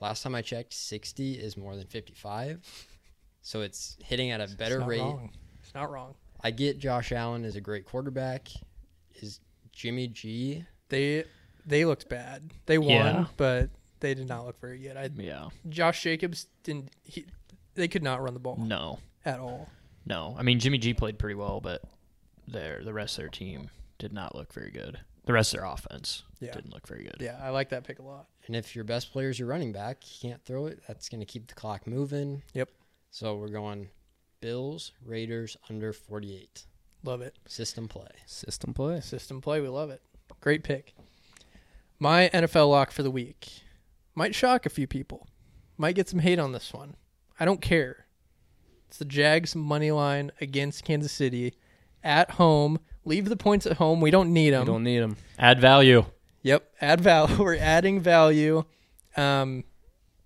Speaker 4: Last time I checked, 60 is more than 55. So it's hitting at a better
Speaker 1: not
Speaker 4: rate.
Speaker 1: Wrong. It's not wrong.
Speaker 4: I get Josh Allen is a great quarterback. Is Jimmy G?
Speaker 1: They they looked bad. They won,
Speaker 3: Yeah.
Speaker 1: but they did not look very good. I
Speaker 3: Yeah.
Speaker 1: Josh Jacobs didn't. He, they could not run the ball
Speaker 3: No.
Speaker 1: at all.
Speaker 3: No. I mean, Jimmy G played pretty well, but their the rest of their team did not look very good. The rest of their offense
Speaker 1: Yeah.
Speaker 3: didn't look very good.
Speaker 1: Yeah, I like that pick a lot.
Speaker 4: And if your best player is your running back, you can't throw it. That's going to keep the clock moving.
Speaker 1: Yep.
Speaker 4: So we're going Bills, Raiders under 48.
Speaker 1: Love it.
Speaker 4: System play.
Speaker 2: System play.
Speaker 1: System play. We love it. Great pick. My NFL lock for the week might shock a few people. Might get some hate on this one. I don't care. It's the Jags money line against Kansas City at home. Leave the points at home. We don't need
Speaker 2: You
Speaker 1: them.
Speaker 2: don't need them.
Speaker 3: Add value.
Speaker 1: Yep, add value. We're adding value. Um,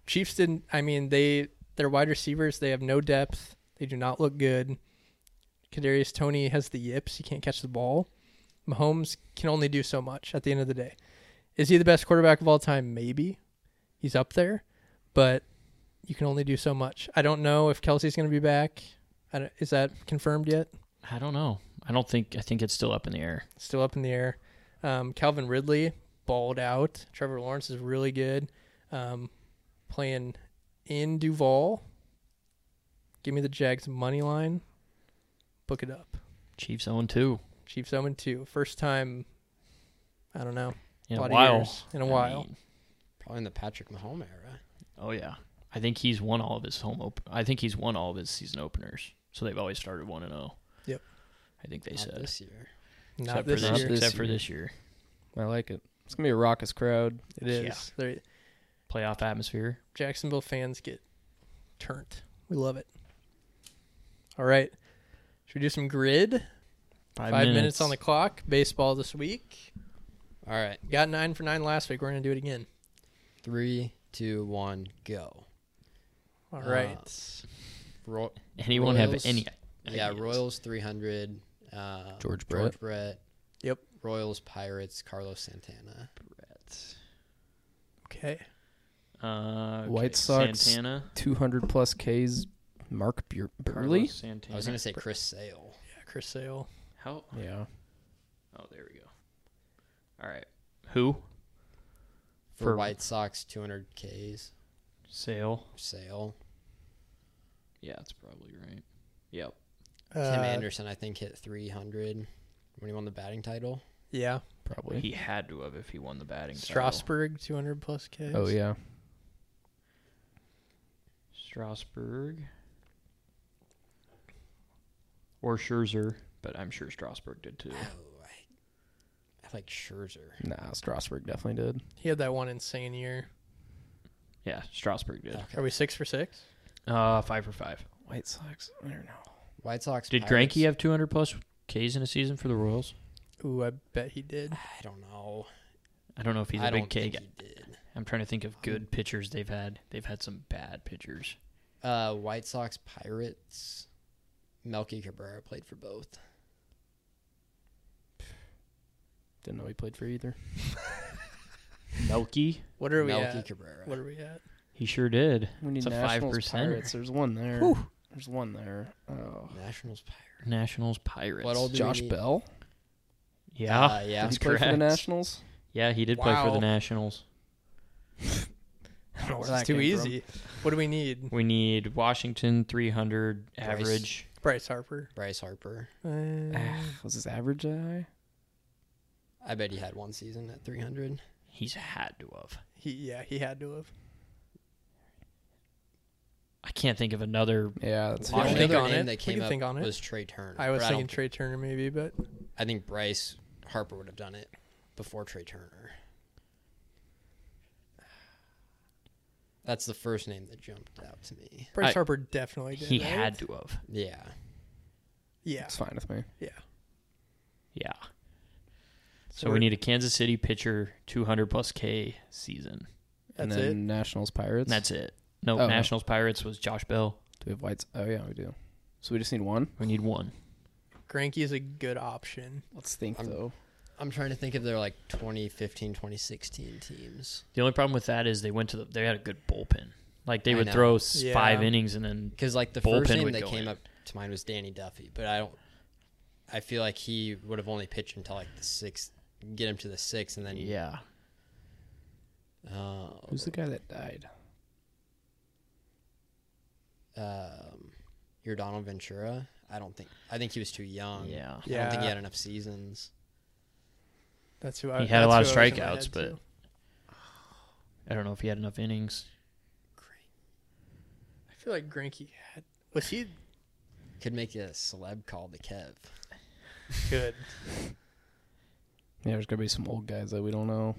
Speaker 1: Chiefs didn't. I mean, they their wide receivers. They have no depth. They do not look good. Kadarius Tony has the yips. He can't catch the ball. Mahomes can only do so much. At the end of the day, is he the best quarterback of all time? Maybe. He's up there, but you can only do so much. I don't know if Kelsey's going to be back. I don't, is that confirmed yet?
Speaker 3: I don't know. I don't think I think it's still up in the air.
Speaker 1: still up in the air. Um, Calvin Ridley balled out. Trevor Lawrence is really good. Um, playing in Duval. Give me the Jags money line. Book it up.
Speaker 3: Chiefs own two.
Speaker 1: Chiefs 0 2. First time, I don't know,
Speaker 3: In a
Speaker 1: lot of
Speaker 3: while.
Speaker 1: years. In a
Speaker 3: I
Speaker 1: while.
Speaker 3: mean,
Speaker 4: Probably in the Patrick Mahomes era.
Speaker 3: oh yeah. I think he's won all of his home op- I think he's won all of his season openers. So they've always started one and zero.
Speaker 1: Yep.
Speaker 3: I think they
Speaker 4: Not
Speaker 3: said
Speaker 4: this year.
Speaker 1: not
Speaker 3: except
Speaker 1: this
Speaker 3: for this,
Speaker 1: year.
Speaker 2: Not
Speaker 3: except
Speaker 2: this
Speaker 3: for
Speaker 2: year.
Speaker 3: this year.
Speaker 2: I like it. It's gonna be a raucous crowd.
Speaker 1: It is.
Speaker 3: Yeah.
Speaker 1: They're-
Speaker 3: Playoff atmosphere.
Speaker 1: Jacksonville fans get turned. We love it. All right. Should we do some grid?
Speaker 3: Five,
Speaker 1: minutes. on the clock. Baseball this week.
Speaker 4: All right.
Speaker 1: Got nine for nine last week. We're going to do it again.
Speaker 4: Three, two, one, go.
Speaker 1: All
Speaker 4: Uh,
Speaker 1: right.
Speaker 4: Ro-
Speaker 3: Anyone
Speaker 4: Royals.
Speaker 3: have any?
Speaker 4: yeah,
Speaker 3: ideas?
Speaker 4: Royals 300. Uh,
Speaker 2: George
Speaker 4: George Brett.
Speaker 1: Yep.
Speaker 4: Royals, Pirates, Carlos Santana.
Speaker 1: Okay.
Speaker 3: Uh, okay.
Speaker 2: White Sox.
Speaker 3: Santana.
Speaker 2: Two hundred plus Ks. Mark Bur- Burley.
Speaker 3: Carlos Santana.
Speaker 4: I was going to say Chris Sale.
Speaker 1: Yeah, Chris Sale.
Speaker 3: How?
Speaker 2: Yeah.
Speaker 3: Oh, there we go. All right. Who?
Speaker 4: For,
Speaker 3: For-
Speaker 4: White Sox, 200 Ks.
Speaker 3: Sale.
Speaker 4: Sale.
Speaker 3: Yeah, that's probably right. Yep.
Speaker 1: Uh,
Speaker 4: Tim Anderson, I think, hit 300 when he won the batting title.
Speaker 1: Yeah.
Speaker 2: Probably.
Speaker 3: He had to have if he won the batting. title.
Speaker 1: Strasburg, 200 plus Ks.
Speaker 2: Oh yeah.
Speaker 3: Strasburg. Or Scherzer, but I'm sure Strasburg did too.
Speaker 4: Oh, I, I like Scherzer.
Speaker 2: Nah, Strasburg definitely did.
Speaker 1: He had that one insane year.
Speaker 3: Yeah, Strasburg did.
Speaker 1: Are we six for six?
Speaker 3: Uh, five for five.
Speaker 2: White Sox. I don't know.
Speaker 4: White Sox.
Speaker 3: Did
Speaker 4: Pirates,
Speaker 3: Granke have 200 plus Ks in a season for the Royals?
Speaker 1: Ooh, I bet he did.
Speaker 4: I don't know.
Speaker 3: I don't know if he's
Speaker 4: I
Speaker 3: a big
Speaker 4: don't
Speaker 3: K
Speaker 4: think
Speaker 3: guy.
Speaker 4: he did.
Speaker 3: I'm trying to think of good pitchers they've had. They've had some bad pitchers.
Speaker 4: Uh, White Sox, Pirates. Melky Cabrera played for both.
Speaker 2: Didn't know he played for either.
Speaker 3: Melky,
Speaker 1: What are we
Speaker 4: Melky
Speaker 1: at?
Speaker 4: Cabrera.
Speaker 1: What are we at?
Speaker 3: he sure did.
Speaker 2: We need
Speaker 3: It's a
Speaker 2: Nationals
Speaker 3: 5%.
Speaker 2: Pirates. There's one there. There's one there. Oh.
Speaker 4: Nationals Pirates.
Speaker 3: Nationals, Pirates.
Speaker 4: What old- Do we
Speaker 2: Josh
Speaker 4: need-
Speaker 2: Bell.
Speaker 3: Yeah,
Speaker 4: Uh, yeah.
Speaker 2: Did
Speaker 3: that's
Speaker 2: he play for the
Speaker 3: correct.
Speaker 2: Nationals?
Speaker 3: Yeah, he did play for
Speaker 1: Wow.
Speaker 3: the Nationals.
Speaker 2: I don't know where
Speaker 1: It's
Speaker 2: that
Speaker 1: too
Speaker 2: came from.
Speaker 1: easy. What do we need?
Speaker 3: We need Washington 300
Speaker 4: Bryce.
Speaker 3: average.
Speaker 1: Bryce Harper.
Speaker 4: Bryce Harper.
Speaker 1: Uh,
Speaker 2: Ah, was his average that high?
Speaker 4: I bet he had one season at 300.
Speaker 3: He's had to have.
Speaker 1: he yeah, he had to have.
Speaker 3: I can't think of another.
Speaker 2: Yeah, that's
Speaker 1: Yeah,
Speaker 4: The
Speaker 1: we
Speaker 4: only
Speaker 1: think
Speaker 4: other
Speaker 1: on
Speaker 4: name
Speaker 1: it.
Speaker 4: that
Speaker 1: We
Speaker 4: came
Speaker 1: can
Speaker 4: up
Speaker 1: think on it.
Speaker 4: was Trey Turner.
Speaker 1: I was
Speaker 4: but
Speaker 1: thinking
Speaker 4: don't
Speaker 1: Trey Turner maybe, but
Speaker 4: think- I think Bryce Harper would have done it before Trey Turner. That's the first name that jumped out to me.
Speaker 1: Bryce
Speaker 3: I-
Speaker 1: Harper definitely did.
Speaker 3: He
Speaker 1: right?
Speaker 3: had to have.
Speaker 4: Yeah.
Speaker 1: Yeah.
Speaker 2: It's fine with me.
Speaker 1: Yeah.
Speaker 3: Yeah. So we
Speaker 1: we're-
Speaker 3: need a Kansas City pitcher 200 plus K season.
Speaker 2: and
Speaker 1: That's
Speaker 2: then
Speaker 1: it.
Speaker 2: Nationals Pirates.
Speaker 3: And that's it. No,
Speaker 2: Oh, no.
Speaker 3: Nationals Pirates was Josh Bell.
Speaker 2: do we have Whites? Oh yeah, we do. So we just need one.
Speaker 3: We need one.
Speaker 1: Granky is a good option.
Speaker 2: Let's think
Speaker 4: I'm-
Speaker 2: though.
Speaker 4: I'm trying to think if they're like 2015, 2016 teams.
Speaker 3: The only problem with that is they went to the they had a good bullpen. Like they
Speaker 4: I
Speaker 3: would
Speaker 4: know.
Speaker 3: throw s
Speaker 1: Yeah.
Speaker 3: five innings and then
Speaker 4: Because like the
Speaker 3: Bullpen
Speaker 4: first name
Speaker 3: would
Speaker 4: that
Speaker 3: go
Speaker 4: came
Speaker 3: in.
Speaker 4: up to mind was Danny Duffy, but I don't. I feel like he would have only pitched until like the sixth, get him to the sixth, and then
Speaker 3: yeah.
Speaker 4: Uh,
Speaker 2: Who's the guy that died?
Speaker 4: um, your Donald Ventura. I don't think. I think he was too young.
Speaker 3: Yeah.
Speaker 4: I don't think he
Speaker 1: Yeah.
Speaker 4: had enough seasons.
Speaker 1: That's who I.
Speaker 3: He had a lot
Speaker 1: that's
Speaker 3: of
Speaker 1: who I was in my
Speaker 3: strikeouts,
Speaker 1: head,
Speaker 3: but-
Speaker 1: too.
Speaker 3: I don't know if he had enough innings.
Speaker 1: I feel like Grinky had. Was he
Speaker 4: Could make a celeb call to Kev.
Speaker 1: good?
Speaker 2: Yeah, there's gonna be some old guys that we don't know.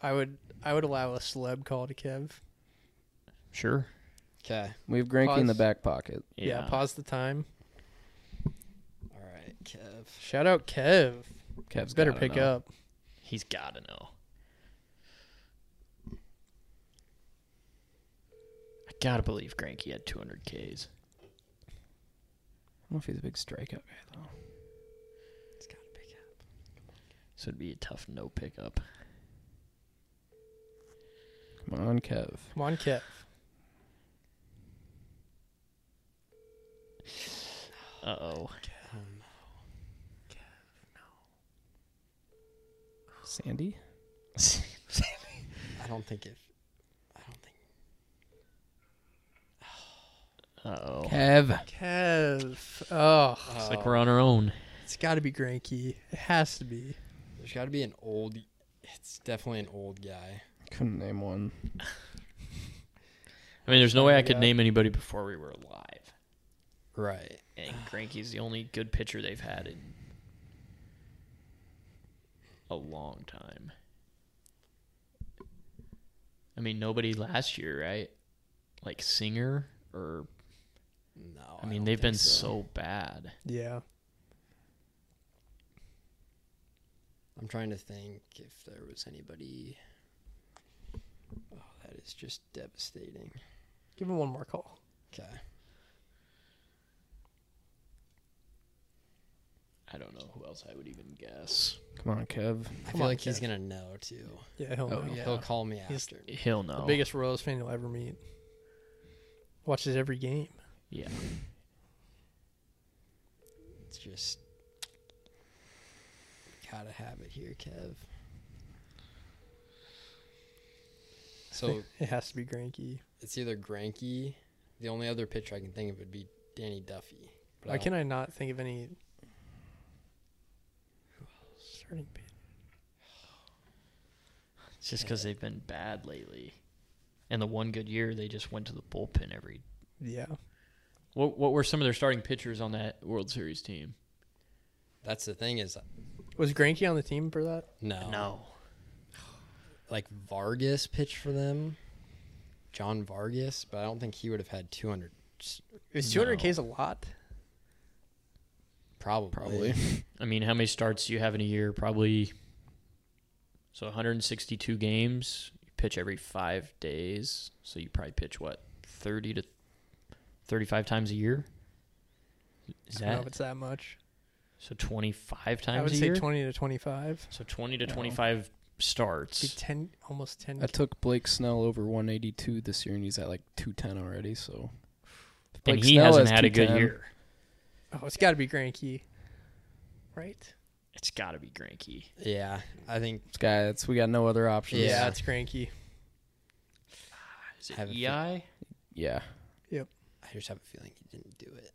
Speaker 1: I would. I would allow a celeb call to Kev.
Speaker 3: Sure.
Speaker 4: Okay.
Speaker 2: We have Granky in the
Speaker 1: Pause.
Speaker 2: back pocket.
Speaker 1: Yeah. Pause the time.
Speaker 4: All right, Kev.
Speaker 1: Shout out Kev.
Speaker 2: Kev's
Speaker 1: Better
Speaker 2: gotta
Speaker 1: pick
Speaker 2: know.
Speaker 1: up.
Speaker 3: He's got to know. I got to believe Granky had 200 Ks.
Speaker 2: I don't know if he's a big strikeout guy though.
Speaker 4: It's gotta pick up.
Speaker 3: So it'd be a tough no pickup.
Speaker 2: Come on, Kev.
Speaker 1: Come on, Kev.
Speaker 3: Uh oh.
Speaker 4: Um,
Speaker 2: Sandy.
Speaker 4: I don't think if. I don't think.
Speaker 3: Uh oh.
Speaker 2: Kev.
Speaker 1: Kev. Oh,
Speaker 3: It's like we're on our own.
Speaker 1: it's got to be Granky. It has to be.
Speaker 4: There's got to be an old. It's definitely an old guy.
Speaker 2: Couldn't name one.
Speaker 3: I mean, there's no way I could
Speaker 1: Yeah.
Speaker 3: name anybody before we were alive.
Speaker 4: Right.
Speaker 3: And Granky's the only good pitcher they've had in a long time. I mean, nobody last year, right? Like Singer or
Speaker 4: No.
Speaker 3: I mean,
Speaker 4: don't
Speaker 3: they've
Speaker 4: think
Speaker 3: been so. bad.
Speaker 1: Yeah.
Speaker 4: I'm trying to think if there was anybody. Oh, that is just devastating.
Speaker 1: Give him one more call.
Speaker 4: Okay.
Speaker 3: I don't know who else I would even guess.
Speaker 2: Come on, Kev.
Speaker 4: I
Speaker 1: Come
Speaker 4: feel
Speaker 1: on,
Speaker 4: like he's
Speaker 1: Kev.
Speaker 4: gonna know too.
Speaker 1: Yeah, he'll
Speaker 2: Oh,
Speaker 1: know.
Speaker 4: He'll
Speaker 1: Yeah. Oh.
Speaker 4: call me
Speaker 1: He's-
Speaker 4: after.
Speaker 3: He'll know.
Speaker 1: The biggest Royals fan you'll ever meet. Watches every game.
Speaker 3: Yeah.
Speaker 4: It's just gotta have it here, Kev. So
Speaker 1: It has to be Granky.
Speaker 4: it's either Granky. The only other pitcher I can think of would be Danny Duffy. But
Speaker 1: Why
Speaker 4: don't-
Speaker 1: can I not think of any? Starting pitch.
Speaker 3: It's just because they've been bad lately. And the one good year, they just went to the bullpen every.
Speaker 1: Yeah,
Speaker 3: What What were some of their starting pitchers on that World Series team?
Speaker 4: That's the thing is
Speaker 1: was Granky on the team for that?
Speaker 4: no,
Speaker 3: No.
Speaker 4: Like Vargas pitched for them, John Vargas, but I don't think he would have had 200. s-
Speaker 1: Is
Speaker 3: No.
Speaker 1: 200 Ks a lot?
Speaker 4: Probably.
Speaker 2: Probably.
Speaker 3: I mean, how many starts do you have in a year? Probably. So 162 games. You pitch every five days. So you probably pitch what 30 to 35 times a year. Is
Speaker 1: I don't know if
Speaker 3: that
Speaker 1: it's that much.
Speaker 3: so? 25 times
Speaker 1: I would
Speaker 3: a
Speaker 1: say
Speaker 3: year.
Speaker 1: 20 to 25.
Speaker 3: So 20 to
Speaker 2: No.
Speaker 3: 25
Speaker 1: Be
Speaker 3: starts.
Speaker 1: 10, almost 10.
Speaker 2: I took Blake Snell over 182 this year, and he's at like 210 already. So, If Blake
Speaker 3: and he
Speaker 2: Snell
Speaker 3: hasn't
Speaker 2: has
Speaker 3: had a good
Speaker 2: 210,
Speaker 3: year.
Speaker 1: oh, it's got to be Granky, right?
Speaker 3: It's got to be Granky.
Speaker 4: Yeah, I think
Speaker 2: This guy, that's we got no other options.
Speaker 4: Yeah.
Speaker 1: yeah it's Granky.
Speaker 3: Is it E
Speaker 4: Have a
Speaker 3: EI?
Speaker 4: few-
Speaker 2: yeah.
Speaker 4: I just have a feeling he didn't do it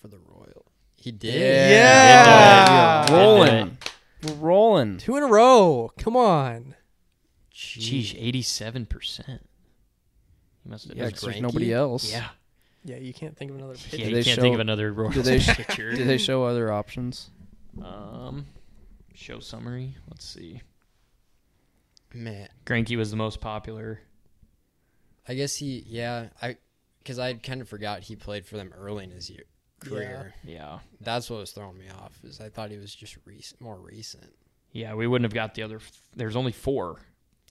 Speaker 4: for the Royal. He did.
Speaker 1: Yeah.
Speaker 3: Yeah.
Speaker 2: rolling, We're rolling.
Speaker 1: Two in a row. Come on.
Speaker 3: Jeez, 87%. He must have
Speaker 2: Yeah,
Speaker 3: yeah,
Speaker 2: 'cause there's
Speaker 4: Greinke?
Speaker 2: nobody else.
Speaker 3: yeah.
Speaker 1: Yeah, you can't think of another pitch.
Speaker 3: Yeah,
Speaker 2: Do
Speaker 3: you
Speaker 2: they
Speaker 3: can't think
Speaker 2: show-
Speaker 3: of another Royals
Speaker 2: do they sh-
Speaker 3: pitcher.
Speaker 2: Did they show other options?
Speaker 3: um, show summary. Let's see.
Speaker 4: Man,
Speaker 3: Granky was the most popular.
Speaker 4: I guess he. Yeah, I because I kind of forgot he played for them early in his year, career.
Speaker 3: Yeah.
Speaker 4: That's what was throwing me off. Is I thought he was just recent, more recent.
Speaker 3: Yeah, we wouldn't have got the other. f- There's only four.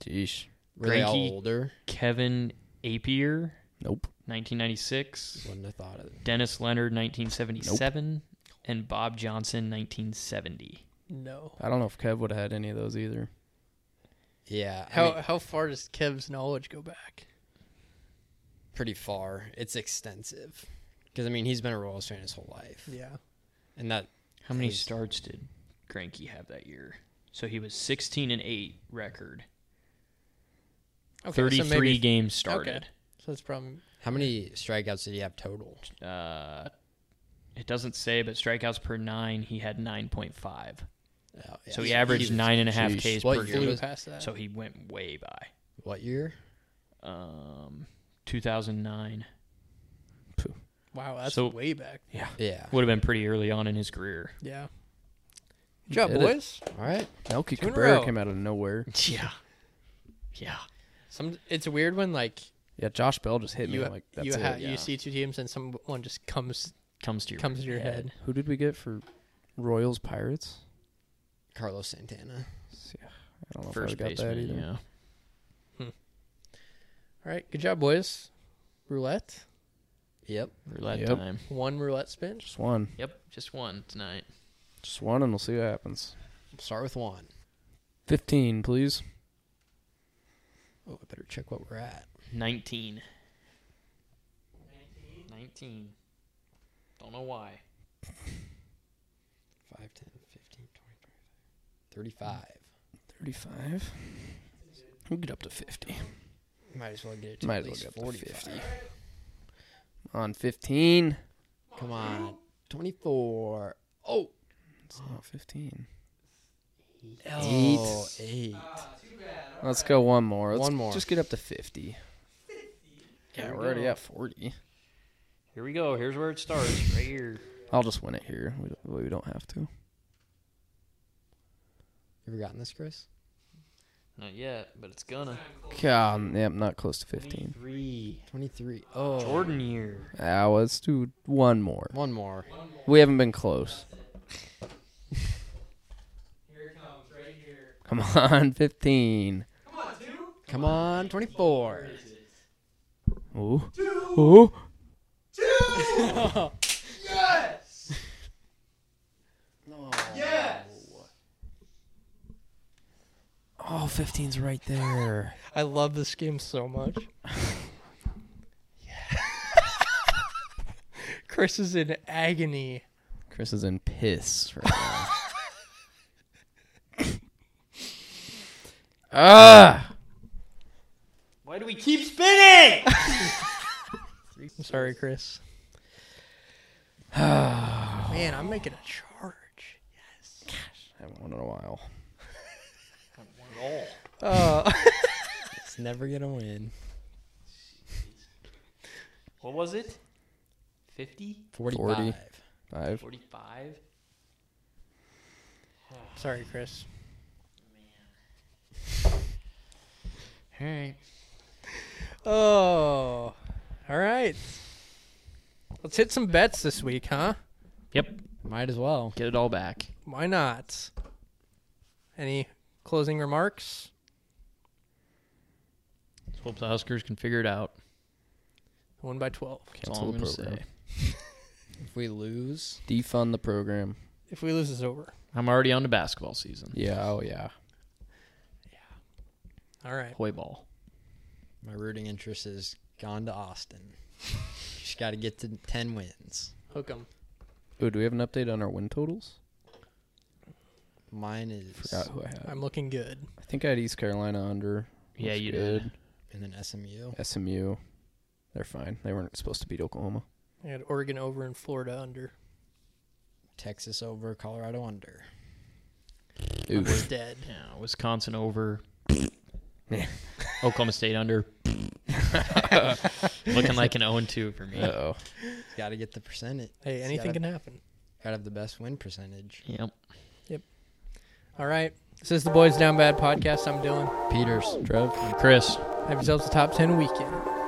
Speaker 2: Jeez.
Speaker 4: Were they all
Speaker 3: Greinke.
Speaker 4: older?
Speaker 3: Kevin Apier,
Speaker 2: Nope.
Speaker 3: 1996.
Speaker 4: Wouldn't have thought of it.
Speaker 3: Dennis Leonard, 1977. And Bob Johnson, 1970.
Speaker 1: No.
Speaker 2: I don't know if Kev would have had any of those either.
Speaker 4: Yeah, I
Speaker 1: How
Speaker 4: mean,
Speaker 1: how far does Kev's knowledge go back?
Speaker 4: pretty far. It's extensive because I mean he's been a Royals fan his whole life,
Speaker 1: Yeah.
Speaker 4: and that
Speaker 3: How many
Speaker 4: Cause-
Speaker 3: starts did Granky have that year? So he was 16 and 8 record.
Speaker 1: Okay,
Speaker 3: 33
Speaker 1: so maybe,
Speaker 3: games started.
Speaker 1: So that's probably
Speaker 4: how many strikeouts did he have total?
Speaker 3: Uh, it doesn't say, but strikeouts per nine, he had 9.5.
Speaker 4: Oh, yeah.
Speaker 3: so he averaged
Speaker 4: was-
Speaker 3: nine and a half
Speaker 2: Jeez.
Speaker 3: Ks
Speaker 4: What
Speaker 3: per
Speaker 4: year
Speaker 1: flew
Speaker 3: game.
Speaker 4: was-
Speaker 1: past that.
Speaker 3: So he went way by.
Speaker 4: What year?
Speaker 3: Um, 2009
Speaker 1: wow, that's
Speaker 3: so-
Speaker 1: way back.
Speaker 4: Yeah.
Speaker 3: would have been pretty early on in his career.
Speaker 1: Yeah. Good job,
Speaker 2: did it.
Speaker 1: boys.
Speaker 4: All right.
Speaker 2: Melky
Speaker 1: Two in a
Speaker 2: Cabrera
Speaker 1: row.
Speaker 2: came out of nowhere.
Speaker 3: Yeah, yeah.
Speaker 1: Some it's weird when like
Speaker 2: Yeah, Josh Bell just hit me.
Speaker 1: you
Speaker 2: I'm like that's
Speaker 1: you,
Speaker 2: it.
Speaker 1: ha-
Speaker 3: yeah.
Speaker 1: you see two teams and someone just comes
Speaker 3: Comes to your
Speaker 1: comes to your head.
Speaker 2: Who did we get for Royals Pirates?
Speaker 4: Carlos Santana.
Speaker 2: Yeah, I don't know
Speaker 3: first
Speaker 2: if I got that
Speaker 3: baseman.
Speaker 2: either.
Speaker 3: Yeah.
Speaker 1: All right, good job, boys. Roulette,
Speaker 4: Yep.
Speaker 3: Roulette
Speaker 2: Yep.
Speaker 3: time.
Speaker 1: one roulette spin.
Speaker 2: Just one,
Speaker 3: Yep, just one tonight.
Speaker 2: just one, and we'll see what happens.
Speaker 4: Start with one.
Speaker 2: Fifteen, please.
Speaker 4: Oh, I better check what we're at.
Speaker 3: 19. 19. Don't know why.
Speaker 4: 5, 10, 15, 20, 25.
Speaker 2: Thirty-five. We'll get up to fifty.
Speaker 4: 35. Might as well get it to
Speaker 2: Might as
Speaker 4: at
Speaker 2: well
Speaker 4: least
Speaker 2: get up to
Speaker 4: 45.
Speaker 2: 50. On fifteen.
Speaker 4: Come on. 24. Oh.
Speaker 2: It's not fifteen.
Speaker 4: Oh, eight.
Speaker 2: Let's go one more. Let's
Speaker 4: One more.
Speaker 2: Just get up to fifty. Yeah,
Speaker 3: Here we
Speaker 2: we're already
Speaker 3: go.
Speaker 2: at forty.
Speaker 3: Here we go. Here's where it starts. Right here.
Speaker 2: I'll just win it here. We don't, we don't have to.
Speaker 4: You ever gotten this, Chris?
Speaker 3: Not yet, but it's gonna.
Speaker 2: God, yeah, I'm not close to fifteen.
Speaker 3: 23.
Speaker 4: 23. Oh.
Speaker 3: Jordan year.
Speaker 2: Ah, let's do one more.
Speaker 4: One more.
Speaker 2: We haven't been close.
Speaker 1: Here it comes, right here.
Speaker 2: Come on, 15.
Speaker 1: Come on, two,
Speaker 4: Come on. 24.
Speaker 2: Ooh.
Speaker 1: two,
Speaker 2: Ooh.
Speaker 1: two. yes,
Speaker 4: No.
Speaker 1: yes.
Speaker 2: Oh, 15's right there.
Speaker 1: I love this game so much. Chris is in agony.
Speaker 2: Chris is in piss right now. ah!
Speaker 3: Why do we keep spinning?
Speaker 1: I'm sorry, Chris. Man, I'm making a charge.
Speaker 2: I haven't won in a while.
Speaker 1: Uh,
Speaker 4: It's never going to win.
Speaker 3: What was it? 50?
Speaker 4: 45.
Speaker 2: Five.
Speaker 3: 45?
Speaker 1: sorry, Chris.
Speaker 3: All right.
Speaker 1: Oh, all right. Let's hit some bets this week, huh?
Speaker 3: Yep.
Speaker 4: Might as well.
Speaker 3: Get it all back.
Speaker 1: Why not? Any closing remarks?
Speaker 3: Let's hope the Huskers can figure it out.
Speaker 1: One by twelve.
Speaker 3: That's
Speaker 2: Cancel
Speaker 3: all I'm
Speaker 2: the
Speaker 3: going to
Speaker 2: program.
Speaker 3: say.
Speaker 4: If we lose,
Speaker 2: Defund the program.
Speaker 1: If we lose, it's over.
Speaker 3: I'm already on to basketball season.
Speaker 2: Yeah, oh yeah.
Speaker 1: All right.
Speaker 3: Hoy ball.
Speaker 4: my rooting interest is gone to Austin. Just got to get to 10 wins.
Speaker 1: Hook 'em.
Speaker 2: Ooh, Oh, do we have an update on our win totals?
Speaker 4: Mine is
Speaker 2: Forgot who I had.
Speaker 1: I'm looking good.
Speaker 2: I think I had East Carolina under.
Speaker 3: Yeah,
Speaker 2: Looks
Speaker 3: you
Speaker 2: good.
Speaker 3: did.
Speaker 4: and then SMU.
Speaker 2: SMU. They're fine. They weren't supposed to beat Oklahoma.
Speaker 1: I had Oregon over and Florida under.
Speaker 4: Texas over, Colorado under.
Speaker 1: We're
Speaker 2: Oof.
Speaker 1: dead.
Speaker 3: Yeah, Wisconsin over.
Speaker 2: Yeah.
Speaker 3: Oklahoma State under. Looking like an 0 2 for me.
Speaker 2: Uh-oh.
Speaker 4: Got to get the percentage.
Speaker 1: Hey, anything can happen.
Speaker 4: Got to have the best win percentage.
Speaker 3: Yep.
Speaker 1: All right. This is the Boys Down Bad podcast. I'm Dylan.
Speaker 4: Peters.
Speaker 2: Trev.
Speaker 3: Chris.
Speaker 1: Have yourselves a top 10 weekend.